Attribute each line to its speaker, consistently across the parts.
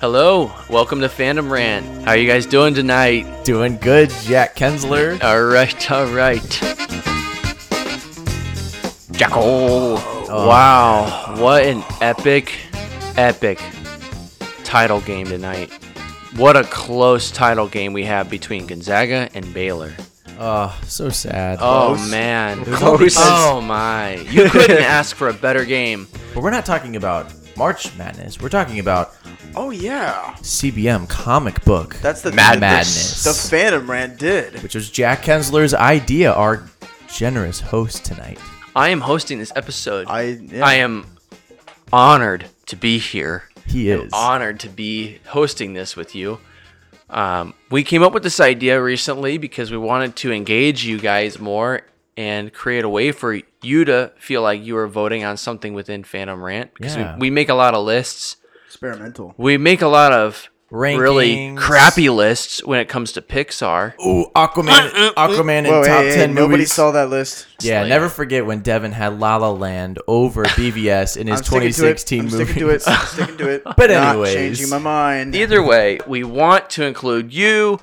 Speaker 1: Hello, welcome to Fandom Rant. How are you guys doing tonight?
Speaker 2: Doing good, Jack Kensler.
Speaker 1: All right, all right. Jackal.
Speaker 3: Oh.
Speaker 1: Wow, what an epic, epic title game tonight. What a close title game we have between Gonzaga and Baylor.
Speaker 2: Oh, so sad.
Speaker 1: Oh
Speaker 3: Close.
Speaker 1: man.
Speaker 3: Close.
Speaker 1: Oh my. You couldn't ask for a better game.
Speaker 2: But we're not talking about March Madness. We're talking about
Speaker 3: Oh yeah,
Speaker 2: CBM comic book,
Speaker 3: that's the
Speaker 2: Madness.
Speaker 3: The Phantom Rant did.
Speaker 2: which was Jack Kensler's idea, our generous host tonight.
Speaker 1: I am hosting this episode.
Speaker 3: I yeah.
Speaker 1: I am honored to be here.
Speaker 2: He
Speaker 1: I'm
Speaker 2: is.
Speaker 1: honored to be hosting this with you. Um, we came up with this idea recently because we wanted to engage you guys more and create a way for you to feel like you were voting on something within Phantom Rant because
Speaker 2: Yeah.
Speaker 1: we, we make a lot of lists.
Speaker 3: experimental.
Speaker 1: We make a lot of really
Speaker 2: Rankings.
Speaker 1: crappy lists when it comes to Pixar.
Speaker 2: Ooh, Aquaman, Aquaman in
Speaker 3: Uh, Whoa,
Speaker 2: top
Speaker 3: hey, hey,
Speaker 2: ten
Speaker 3: nobody
Speaker 2: movies.
Speaker 3: saw that list.
Speaker 2: yeah,
Speaker 1: Slayer.
Speaker 2: never forget when Devin had La La Land over BVS in his
Speaker 3: I'm sticking to it.
Speaker 2: 2016
Speaker 3: I'm
Speaker 2: movie.
Speaker 3: sticking to it. I'm sticking to it.
Speaker 2: But
Speaker 3: Not
Speaker 2: anyways.
Speaker 3: changing my mind.
Speaker 1: Either way, we want to include you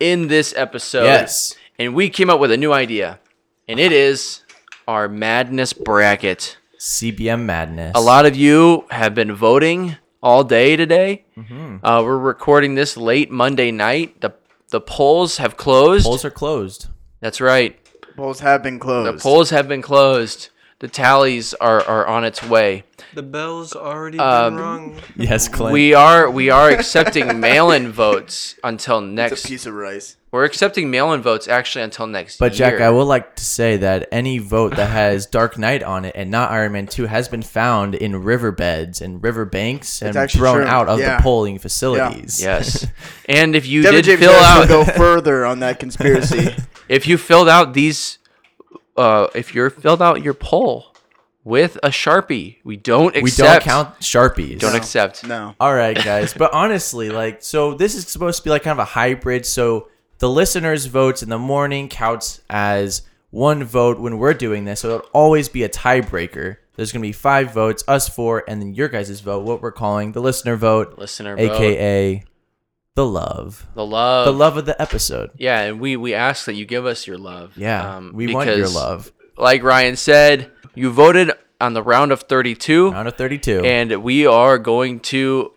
Speaker 1: in this episode.
Speaker 2: Yes.
Speaker 1: And we came up with a new idea, and it is our madness bracket.
Speaker 2: CBM Madness.
Speaker 1: A lot of you have been voting all day today. Uh, we're recording this late Monday night. The the polls have closed.
Speaker 2: polls are closed.
Speaker 1: That's right.
Speaker 3: Polls have been
Speaker 1: The
Speaker 3: closed.
Speaker 1: polls have been closed. The tallies are, are on its way.
Speaker 4: The bell's already been rung.
Speaker 2: Yes, Clint.
Speaker 1: We are we are accepting mail-in votes until
Speaker 3: It's a
Speaker 1: next.
Speaker 3: piece of rice.
Speaker 1: We're accepting mail-in votes actually until next.
Speaker 2: But Jack,
Speaker 1: year.
Speaker 2: I would like to say that any vote that has Dark Knight on it and not Iron Man 2 has been found in riverbeds and riverbanks and
Speaker 3: actually
Speaker 2: thrown
Speaker 3: true.
Speaker 2: out of
Speaker 3: Yeah.
Speaker 2: the polling facilities.
Speaker 1: Yes. And if you
Speaker 3: Devin
Speaker 1: did
Speaker 3: James
Speaker 1: fill
Speaker 3: Harrison
Speaker 1: out,
Speaker 3: go further on that conspiracy.
Speaker 1: if you filled out these, uh, if you filled out your poll with a sharpie, we don't
Speaker 2: we
Speaker 1: accept.
Speaker 2: don't count Sharpies.
Speaker 1: Don't accept.
Speaker 3: no.
Speaker 2: All right, guys. But honestly, like, so this is supposed to be like kind of a hybrid. So the listeners' votes in the morning counts as one vote when we're doing this. So it'll always be a tiebreaker. There's going to be five votes, us four, and then your guys' vote, what we're calling the listener vote,
Speaker 1: Listener vote.
Speaker 2: AKA the love.
Speaker 1: The love.
Speaker 2: The love of the episode.
Speaker 1: Yeah, and we we ask that you give us your love.
Speaker 2: Yeah.
Speaker 1: um,
Speaker 2: we want your
Speaker 1: because,
Speaker 2: love.
Speaker 1: Like Ryan said, you voted on the round of 32,
Speaker 2: Round of 32.
Speaker 1: and we are going to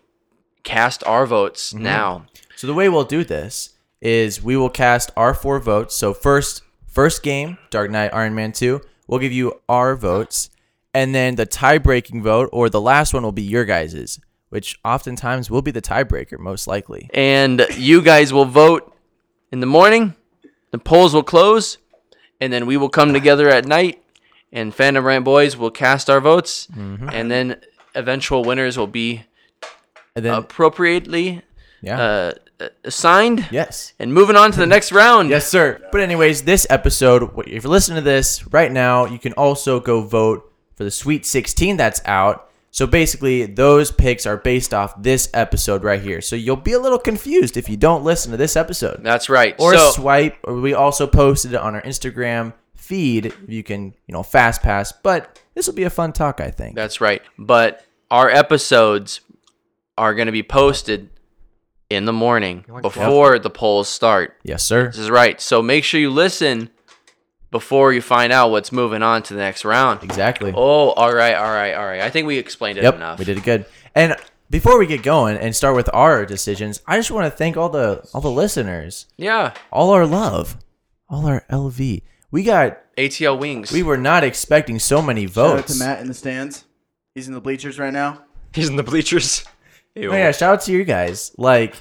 Speaker 1: cast our votes
Speaker 2: Mm-hmm.
Speaker 1: now.
Speaker 2: So the way we'll do this is we will cast our four votes. So first, first game, Dark Knight, Iron Man two. We'll give you our votes, and then the tie-breaking vote or the last one will be your guys's, which oftentimes will be the tiebreaker, most likely.
Speaker 1: and you guys will vote in the morning. The polls will close, and then we will come together at night, and Phantom Rant Boys will cast our votes,
Speaker 2: Mm-hmm.
Speaker 1: and then eventual winners will be
Speaker 2: And then
Speaker 1: appropriately
Speaker 2: yeah,
Speaker 1: uh, assigned.
Speaker 2: yes.
Speaker 1: And moving on to the next round.
Speaker 2: Yes, sir. But anyways, this episode, wh- if you're listening to this right now, you can also go vote for the Sweet 16 that's out. So basically, those picks are based off this episode right here. So you'll be a little confused if you don't listen to this episode.
Speaker 1: that's right.
Speaker 2: Or
Speaker 1: so,
Speaker 2: swipe. Or we also posted it on our Instagram feed. You can, you know, fast pass. But this will be a fun talk, I think.
Speaker 1: That's right. But our episodes are going to be posted in the morning before the polls start.
Speaker 2: Yes, sir.
Speaker 1: This is right. So make sure you listen before you find out what's moving on to the next round.
Speaker 2: Exactly.
Speaker 1: Oh, all right, all right, all right. I think we explained it
Speaker 2: Yep,
Speaker 1: enough.
Speaker 2: we did it good. And before we get going and start with our decisions, I just want to thank all the all the listeners.
Speaker 1: Yeah.
Speaker 2: all our love, all our LV. We got.
Speaker 1: ATL Wings.
Speaker 2: We were not expecting so many
Speaker 3: Shout out
Speaker 2: votes.
Speaker 3: to Matt in the stands. He's in the bleachers right now.
Speaker 4: He's in the bleachers.
Speaker 2: Oh yeah, shout out to you guys. Like,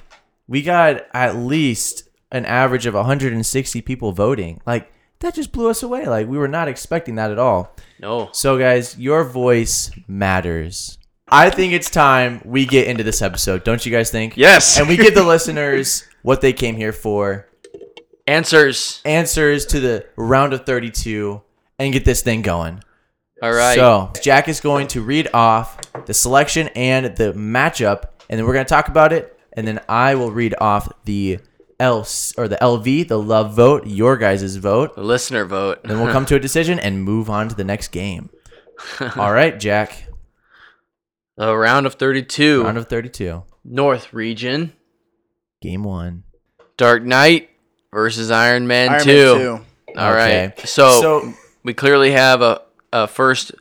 Speaker 2: we got at least an average of 160 people voting. Like, that just blew us away. Like, we were not expecting that at all.
Speaker 1: no.
Speaker 2: So, guys, your voice matters. I think it's time we get into this episode. Don't you guys think?
Speaker 4: Yes.
Speaker 2: And we give the listeners what they came here for.
Speaker 1: Answers.
Speaker 2: Answers to the round of 32 and get this thing going.
Speaker 1: All right.
Speaker 2: So Jack is going to read off the selection and the matchup, and then we're going to talk about it, and then I will read off the else or the LV, the love vote, your guys' vote.
Speaker 1: The listener vote.
Speaker 2: Then we'll come to a decision and move on to the next game. All right, Jack.
Speaker 1: The round of 32.
Speaker 2: Round of 32.
Speaker 1: North region.
Speaker 2: Game one.
Speaker 1: Dark Knight versus Iron Man,
Speaker 3: Iron
Speaker 1: 2. All
Speaker 3: Man
Speaker 1: right.
Speaker 3: 2.
Speaker 2: Okay.
Speaker 1: So,
Speaker 2: so
Speaker 1: we clearly have a, a first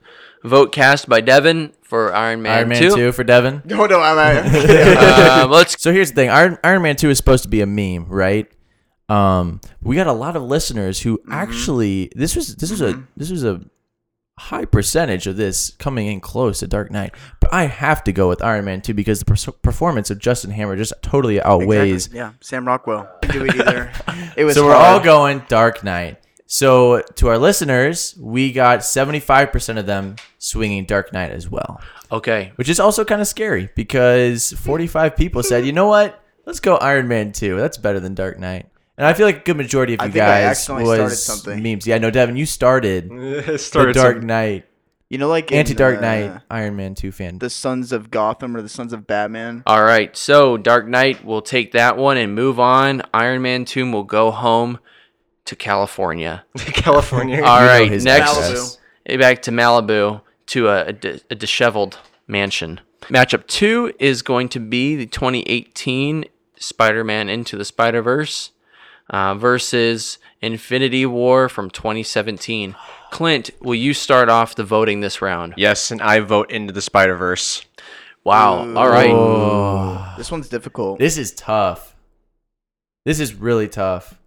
Speaker 1: vote cast by Devin for Iron Man,
Speaker 2: Iron Man
Speaker 1: 2.
Speaker 2: 2 for Devin.
Speaker 3: No, no, I'm out.
Speaker 1: Uh, let's
Speaker 2: So here's the thing Iron, Iron Man 2 is supposed to be a meme, right? Um, we got a lot of listeners who actually this was this was a this was a high percentage of this coming in close to Dark Knight, but I have to go with Iron Man 2 because the pers- performance of Justin Hammer just totally outweighs
Speaker 3: Yeah, Sam Rockwell. Didn't Do it either. It was
Speaker 2: so we're
Speaker 3: hard.
Speaker 2: all going Dark Knight. So to our listeners, we got 75% of them swinging Dark Knight as well,
Speaker 1: Okay.
Speaker 2: which is also kind of scary because 45 people said, you know what? Let's go Iron Man 2. That's better than Dark Knight. And I feel like a good majority of
Speaker 3: I
Speaker 2: you
Speaker 3: think I
Speaker 2: guys
Speaker 3: accidentally started
Speaker 2: was
Speaker 3: something.
Speaker 2: memes. Yeah, no, Devin, you started
Speaker 1: Mm,
Speaker 4: It
Speaker 2: the
Speaker 4: started
Speaker 2: Dark
Speaker 4: some-
Speaker 2: Knight,
Speaker 3: You know, like in,
Speaker 2: anti Dark
Speaker 3: uh,
Speaker 2: Knight, Iron Man 2 fan.
Speaker 3: the Sons of Gotham or the Sons of Batman.
Speaker 1: All right. So Dark Knight will take that one and move on. Iron Man 2 will go home to California.
Speaker 4: California.
Speaker 1: All
Speaker 2: You know
Speaker 1: right.
Speaker 2: his
Speaker 1: Next,
Speaker 3: Malibu.
Speaker 1: eh, back to Malibu to a, a di- a disheveled mansion. Matchup two is going to be the 2018 Spider Man Into the Spider Verse uh, versus Infinity War from 2017. Clint, will you start off the voting this round?
Speaker 4: Yes, and I vote into the Spider Verse.
Speaker 1: Wow. All right.
Speaker 3: This one's difficult.
Speaker 2: This is tough. This is really tough.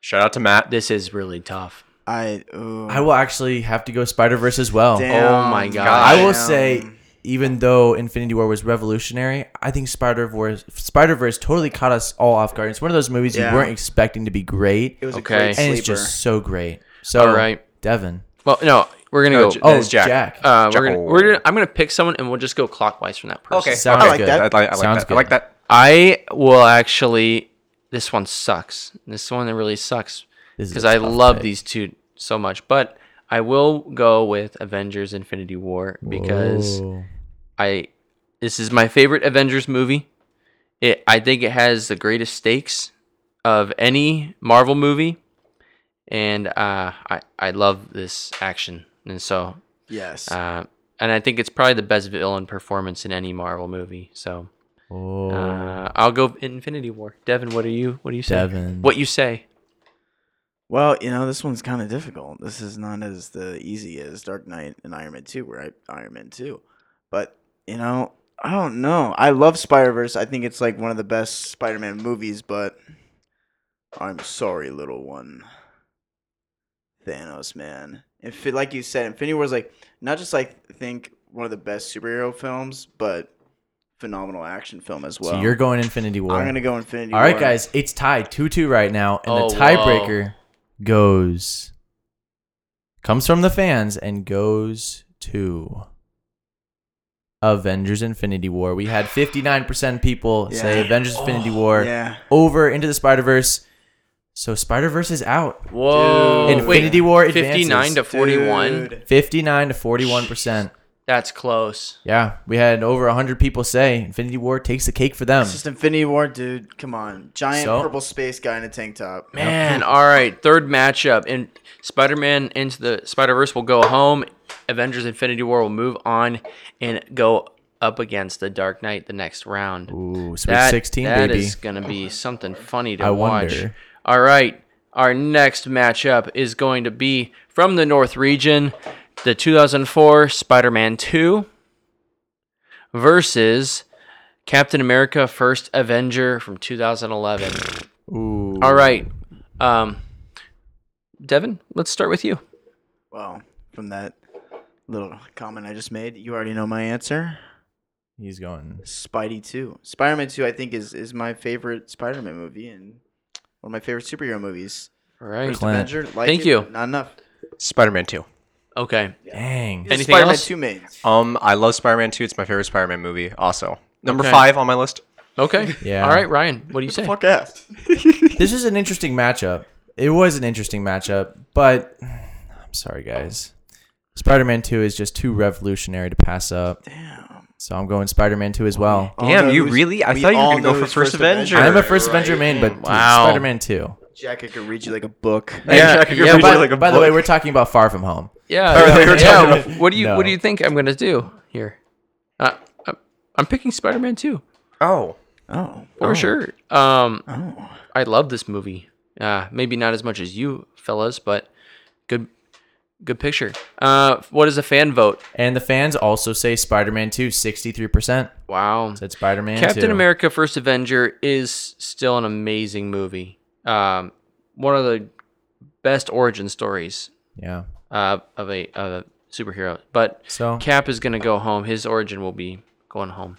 Speaker 4: Shout out to Matt.
Speaker 1: This is really tough.
Speaker 3: I. Ooh,
Speaker 2: I will actually have to go Spider Verse as well.
Speaker 1: Oh my gosh.
Speaker 2: I will
Speaker 3: Damn.
Speaker 2: say, even though Infinity War was revolutionary, I think Spider Verse Spider Verse totally caught us all off guard. It's one of those movies
Speaker 3: Yeah.
Speaker 2: you weren't expecting to be great,
Speaker 3: it was
Speaker 1: Okay.
Speaker 3: a great
Speaker 2: and
Speaker 3: sleeper.
Speaker 2: it's just so great. So,
Speaker 1: All right.
Speaker 2: Devin.
Speaker 1: Well, no, we're gonna
Speaker 4: No,
Speaker 1: go.
Speaker 4: J-
Speaker 1: oh,
Speaker 2: Oh,
Speaker 4: is Jack.
Speaker 2: Jack.
Speaker 1: uh, we're gonna,
Speaker 4: Jekyll.
Speaker 1: we're gonna. I'm gonna pick someone, and we'll just go clockwise from that person.
Speaker 4: Okay,
Speaker 2: Sounds
Speaker 4: I like
Speaker 2: good.
Speaker 4: that. I like, I like
Speaker 2: Sounds
Speaker 4: that. I like
Speaker 2: good.
Speaker 4: that.
Speaker 1: I will actually. This one sucks. This one really sucks
Speaker 2: This is
Speaker 1: because
Speaker 2: a
Speaker 1: I
Speaker 2: tough
Speaker 1: love
Speaker 2: pick.
Speaker 1: these two so much. But I will go with Avengers: Infinity War because
Speaker 2: Whoa.
Speaker 1: I this is my favorite Avengers movie. It I think it has the greatest stakes of any Marvel movie, and uh, I I love this action, and so
Speaker 3: yes.
Speaker 1: uh, and I think it's probably the best villain performance in any Marvel movie. So.
Speaker 2: Whoa.
Speaker 1: Uh, I'll go Infinity War. Devin, what are you? What do you say?
Speaker 2: Devin.
Speaker 1: What you say?
Speaker 3: well, you know, this one's kind of difficult. This is not as the easy as Dark Knight and Iron Man Two, right? Iron Man Two, but you know, I don't know. I love Spider Verse. I think it's like one of the best Spider Man movies, but I'm sorry, little one. Thanos, man. If it, like you said, Infinity War is like not just like I think one of the best superhero films, but phenomenal action film as well.
Speaker 2: so you're going Infinity War.
Speaker 3: I'm gonna go Infinity
Speaker 2: all
Speaker 3: War.
Speaker 2: right, guys, it's tied two two right now, and
Speaker 1: Oh,
Speaker 2: the tiebreaker goes comes from the fans and goes to Avengers Infinity War. We had 59% people say
Speaker 3: Yeah.
Speaker 2: Avengers
Speaker 1: Oh,
Speaker 2: Infinity War
Speaker 3: Yeah.
Speaker 2: over into the Spider-Verse. So Spider-Verse is out.
Speaker 1: Whoa!
Speaker 3: Dude.
Speaker 2: Infinity War advances.
Speaker 1: Fifty-nine to forty-one.
Speaker 3: Dude.
Speaker 2: 59 to 41%.
Speaker 1: That's close.
Speaker 2: Yeah, we had over 100 people say Infinity War takes the cake for
Speaker 1: Um,
Speaker 2: them.
Speaker 3: It's just Infinity War, dude. Come on, giant
Speaker 2: So?
Speaker 3: purple space guy in a tank top.
Speaker 1: Man, all right. Third matchup, and Spider-Man into the Spider-Verse will go home. Avengers: Infinity War will move on and go up against the Dark Knight the next round.
Speaker 2: Ooh, Sweet
Speaker 1: That-
Speaker 2: 16
Speaker 1: that
Speaker 2: baby.
Speaker 1: is gonna be something funny to
Speaker 2: I
Speaker 1: watch.
Speaker 2: wonder.
Speaker 1: All right, our next matchup is going to be from the North region, the 2004 Spider-Man 2 versus Captain America: First Avenger from 2011.
Speaker 2: Ooh.
Speaker 1: All right, um, Devin, let's start with you.
Speaker 3: Well, from that little comment I just made, you already know my answer.
Speaker 2: He's going.
Speaker 3: Spidey Two, Spider Man Two, I think is is my favorite Spider Man movie and one of my favorite superhero movies.
Speaker 1: All right.
Speaker 2: Clint.
Speaker 3: Avenger, like
Speaker 1: Thank
Speaker 3: it,
Speaker 1: you.
Speaker 3: but Not enough.
Speaker 4: Spider Man 2.
Speaker 1: Okay.
Speaker 2: Dang.
Speaker 1: Anything
Speaker 3: Spider Man
Speaker 1: else?
Speaker 3: Two made.
Speaker 4: Um, I love Spider Man 2. It's my favorite Spider Man movie, also. Number
Speaker 1: Okay.
Speaker 4: five on my list.
Speaker 1: Okay.
Speaker 2: Yeah.
Speaker 1: All right, Ryan. What do you say?
Speaker 3: Fuck ass.
Speaker 2: this is an interesting matchup. It was an interesting matchup, but I'm sorry, guys. Spider Man 2 is just too revolutionary to pass up. Damn. So I'm going Spider Man 2 as well.
Speaker 3: All
Speaker 4: Damn,
Speaker 3: know
Speaker 4: you
Speaker 3: who's-
Speaker 4: really? I
Speaker 3: we
Speaker 4: thought you were
Speaker 3: all
Speaker 4: gonna go
Speaker 3: know
Speaker 4: for
Speaker 3: who's
Speaker 4: First Avenger.
Speaker 2: I'm a First Avenger man, but
Speaker 1: Wow.
Speaker 2: Spider Man 2.
Speaker 3: Jack, I could read you like a book.
Speaker 1: Yeah,
Speaker 4: Jack, I could
Speaker 1: yeah,
Speaker 4: read
Speaker 1: but-
Speaker 2: By,
Speaker 4: you like a
Speaker 2: by the way,
Speaker 4: book.
Speaker 2: we're talking about Far From Home.
Speaker 1: Yeah.
Speaker 4: Or they were
Speaker 1: yeah,
Speaker 4: talking
Speaker 1: What do you
Speaker 2: No.
Speaker 1: What do you think I'm gonna do here? Uh, I- I'm picking Spider Man 2
Speaker 4: Oh,
Speaker 3: Oh,
Speaker 1: for sure. Um,
Speaker 3: oh,
Speaker 1: I love this movie. Uh, maybe not as much as you fellas, but good, good picture. Uh, what is a fan vote?
Speaker 2: And the fans also say Spider-Man 2, 63%
Speaker 1: Wow,
Speaker 2: said Spider-Man
Speaker 1: Captain
Speaker 2: 2.
Speaker 1: America: First Avenger is still an amazing movie. Um, one of the best origin stories
Speaker 2: Yeah.
Speaker 1: uh, of a of a superhero. But
Speaker 2: So
Speaker 1: Cap is gonna go home. His origin will be going home,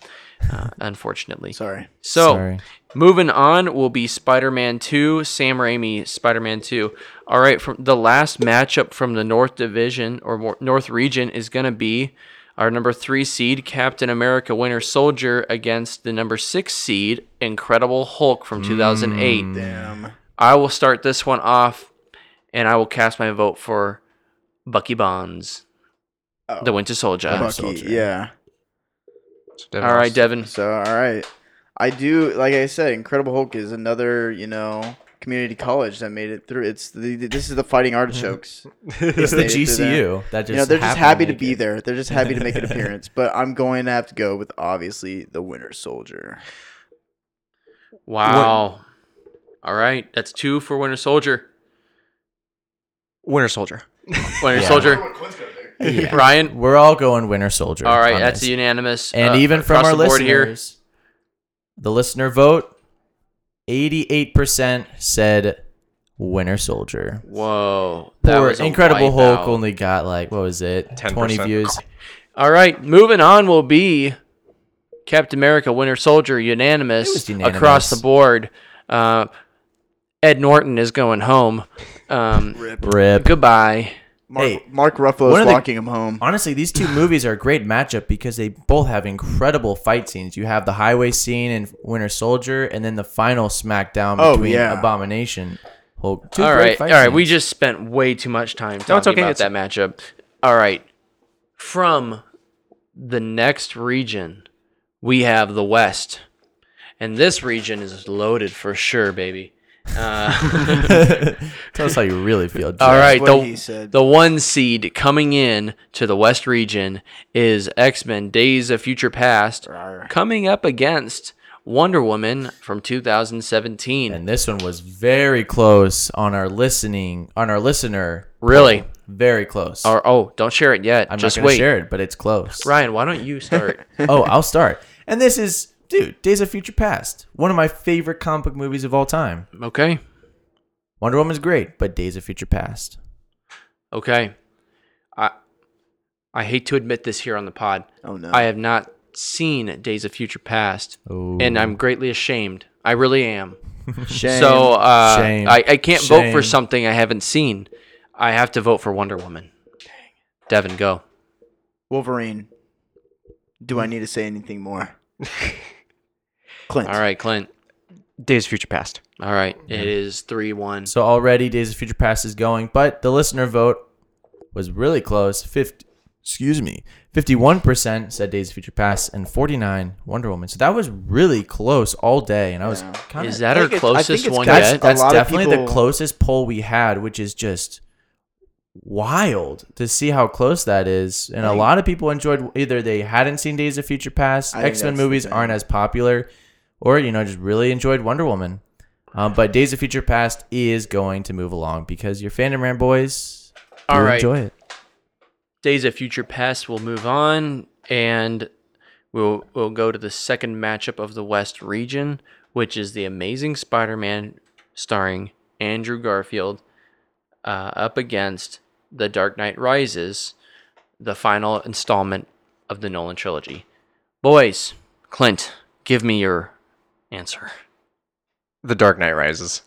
Speaker 1: uh, unfortunately.
Speaker 3: sorry.
Speaker 1: So
Speaker 2: Sorry.
Speaker 1: moving on will be Spider-Man 2, Sam Raimi Spider-Man 2. All right, from the last matchup from the North Division or more, North Region is going to be our number 3 seed Captain America Winter Soldier against the number 6 seed Incredible Hulk from 2008.
Speaker 3: Mm, Damn.
Speaker 1: I will start this one off and I will cast my vote for Bucky Bonds.
Speaker 3: Oh.
Speaker 1: The Winter Soldier.
Speaker 3: Bucky,
Speaker 2: Soldier.
Speaker 3: yeah.
Speaker 4: So
Speaker 1: All right, Devin.
Speaker 3: So, all right. I do, like I said, Incredible Hulk is another, you know, community college that made it through. It's the, this is the Fighting Artichokes.
Speaker 2: it's the
Speaker 3: They did that.
Speaker 2: GCU that just
Speaker 3: you know, they're
Speaker 2: happened
Speaker 3: just happy to
Speaker 2: make
Speaker 3: be
Speaker 2: it.
Speaker 3: there. They're just happy to make an appearance. But I'm going to have to go with obviously the Winter Soldier.
Speaker 1: Wow. All right, that's two for Winter Soldier.
Speaker 4: Winter Soldier.
Speaker 1: Winter
Speaker 2: Yeah.
Speaker 1: Soldier.
Speaker 2: Yeah.
Speaker 1: Ryan.
Speaker 2: We're all going Winter Soldier.
Speaker 1: All right,
Speaker 2: on
Speaker 1: that's
Speaker 2: this.
Speaker 1: unanimous.
Speaker 2: And
Speaker 1: uh,
Speaker 2: even from
Speaker 1: across
Speaker 2: our
Speaker 1: the board here.
Speaker 2: listeners, the listener vote, 88% said Winter Soldier.
Speaker 1: Whoa, that
Speaker 2: Poor
Speaker 1: was a
Speaker 2: Incredible
Speaker 1: wipeout.
Speaker 2: Hulk only got like what was it?
Speaker 4: 10%.
Speaker 2: 20 views.
Speaker 1: All right, moving on will be Captain America, Winter Soldier, unanimous,
Speaker 2: It was unanimous.
Speaker 1: across the board. Uh, Ed Norton is going home. Um,
Speaker 2: Rip.
Speaker 1: goodbye.
Speaker 3: Mark,
Speaker 2: Hey,
Speaker 3: Mark
Speaker 2: one
Speaker 3: Ruffalo's
Speaker 2: of the-
Speaker 3: walking him home.
Speaker 2: Honestly, these two movies are a great matchup because they both have incredible fight scenes. You have the highway scene in Winter Soldier, and then the final smackdown
Speaker 3: Oh,
Speaker 2: between
Speaker 3: yeah.
Speaker 2: Abomination. Hulk. Two
Speaker 1: All
Speaker 2: great
Speaker 1: right, all
Speaker 2: fight
Speaker 1: right. We
Speaker 2: scenes.
Speaker 1: just spent way too much time talking
Speaker 4: it's okay,
Speaker 1: about
Speaker 4: it's-
Speaker 1: that matchup. All right, from the next region, we have the West, and this region is loaded for sure, baby. Uh,
Speaker 2: tell us how you really feel. Jeff.
Speaker 1: all right,
Speaker 3: what
Speaker 1: the,
Speaker 3: he said.
Speaker 1: the one seed coming in to the West region is X Men: Days of Future Past, coming up against Wonder Woman from 2017.
Speaker 2: And this one was very close on our listening, on our listener.
Speaker 1: really?
Speaker 2: Very close.
Speaker 1: Or, oh, don't share it yet.
Speaker 2: I'm
Speaker 1: Just
Speaker 2: not going
Speaker 1: wait.
Speaker 2: to share it, but it's close.
Speaker 1: Ryan, why don't you start?
Speaker 2: oh, I'll start. And this is, dude, Days of Future Past, one of my favorite comic book movies of all time.
Speaker 1: okay.
Speaker 2: Wonder Woman's great, but Days of Future Past.
Speaker 1: Okay. I I hate to admit this here on the pod.
Speaker 3: Oh, no.
Speaker 1: I have not seen Days of Future Past,
Speaker 2: Oh.
Speaker 1: and I'm greatly ashamed. I really am.
Speaker 3: Shame.
Speaker 1: So uh,
Speaker 2: Shame.
Speaker 1: I, I can't vote for
Speaker 2: Shame.
Speaker 1: something I haven't seen. I have to vote for Wonder Woman. Devin, go.
Speaker 3: Wolverine. Do I need to say anything more? Clint.
Speaker 1: All right, Clint.
Speaker 4: Days of Future Past.
Speaker 1: All right. It is 3 1.
Speaker 2: So already Days of Future Past is going, but the listener vote was really close. 50, excuse me, 51% said Days of Future Past and 49 Wonder Woman. So that was really close all day, and I was kind
Speaker 1: Is
Speaker 2: of
Speaker 1: that
Speaker 3: I
Speaker 1: our
Speaker 3: think it's- I think
Speaker 1: closest
Speaker 3: it's
Speaker 1: one
Speaker 3: got-
Speaker 2: that's,
Speaker 1: yet?
Speaker 3: a
Speaker 2: that's
Speaker 3: lot of
Speaker 2: definitely
Speaker 3: people-
Speaker 2: the closest poll we had, which is just wild to see how close that is. And a lot of people enjoyed either they hadn't seen Days of Future Past,
Speaker 3: I think
Speaker 2: X Men
Speaker 3: that's the
Speaker 2: movies
Speaker 3: thing.
Speaker 2: aren't as popular, or you know just really enjoyed Wonder Woman. Um, but Days of Future Past is going to move along because your fandom ran boys. do
Speaker 1: All right.
Speaker 2: enjoy it.
Speaker 1: Days of Future Past will move on, and we'll we'll go to the second matchup of the West region, which is the Amazing Spider-Man, starring Andrew Garfield, uh, up against the Dark Knight Rises, the final installment of the Nolan trilogy. Boys, Clint, give me your answer.
Speaker 4: The Dark Knight Rises.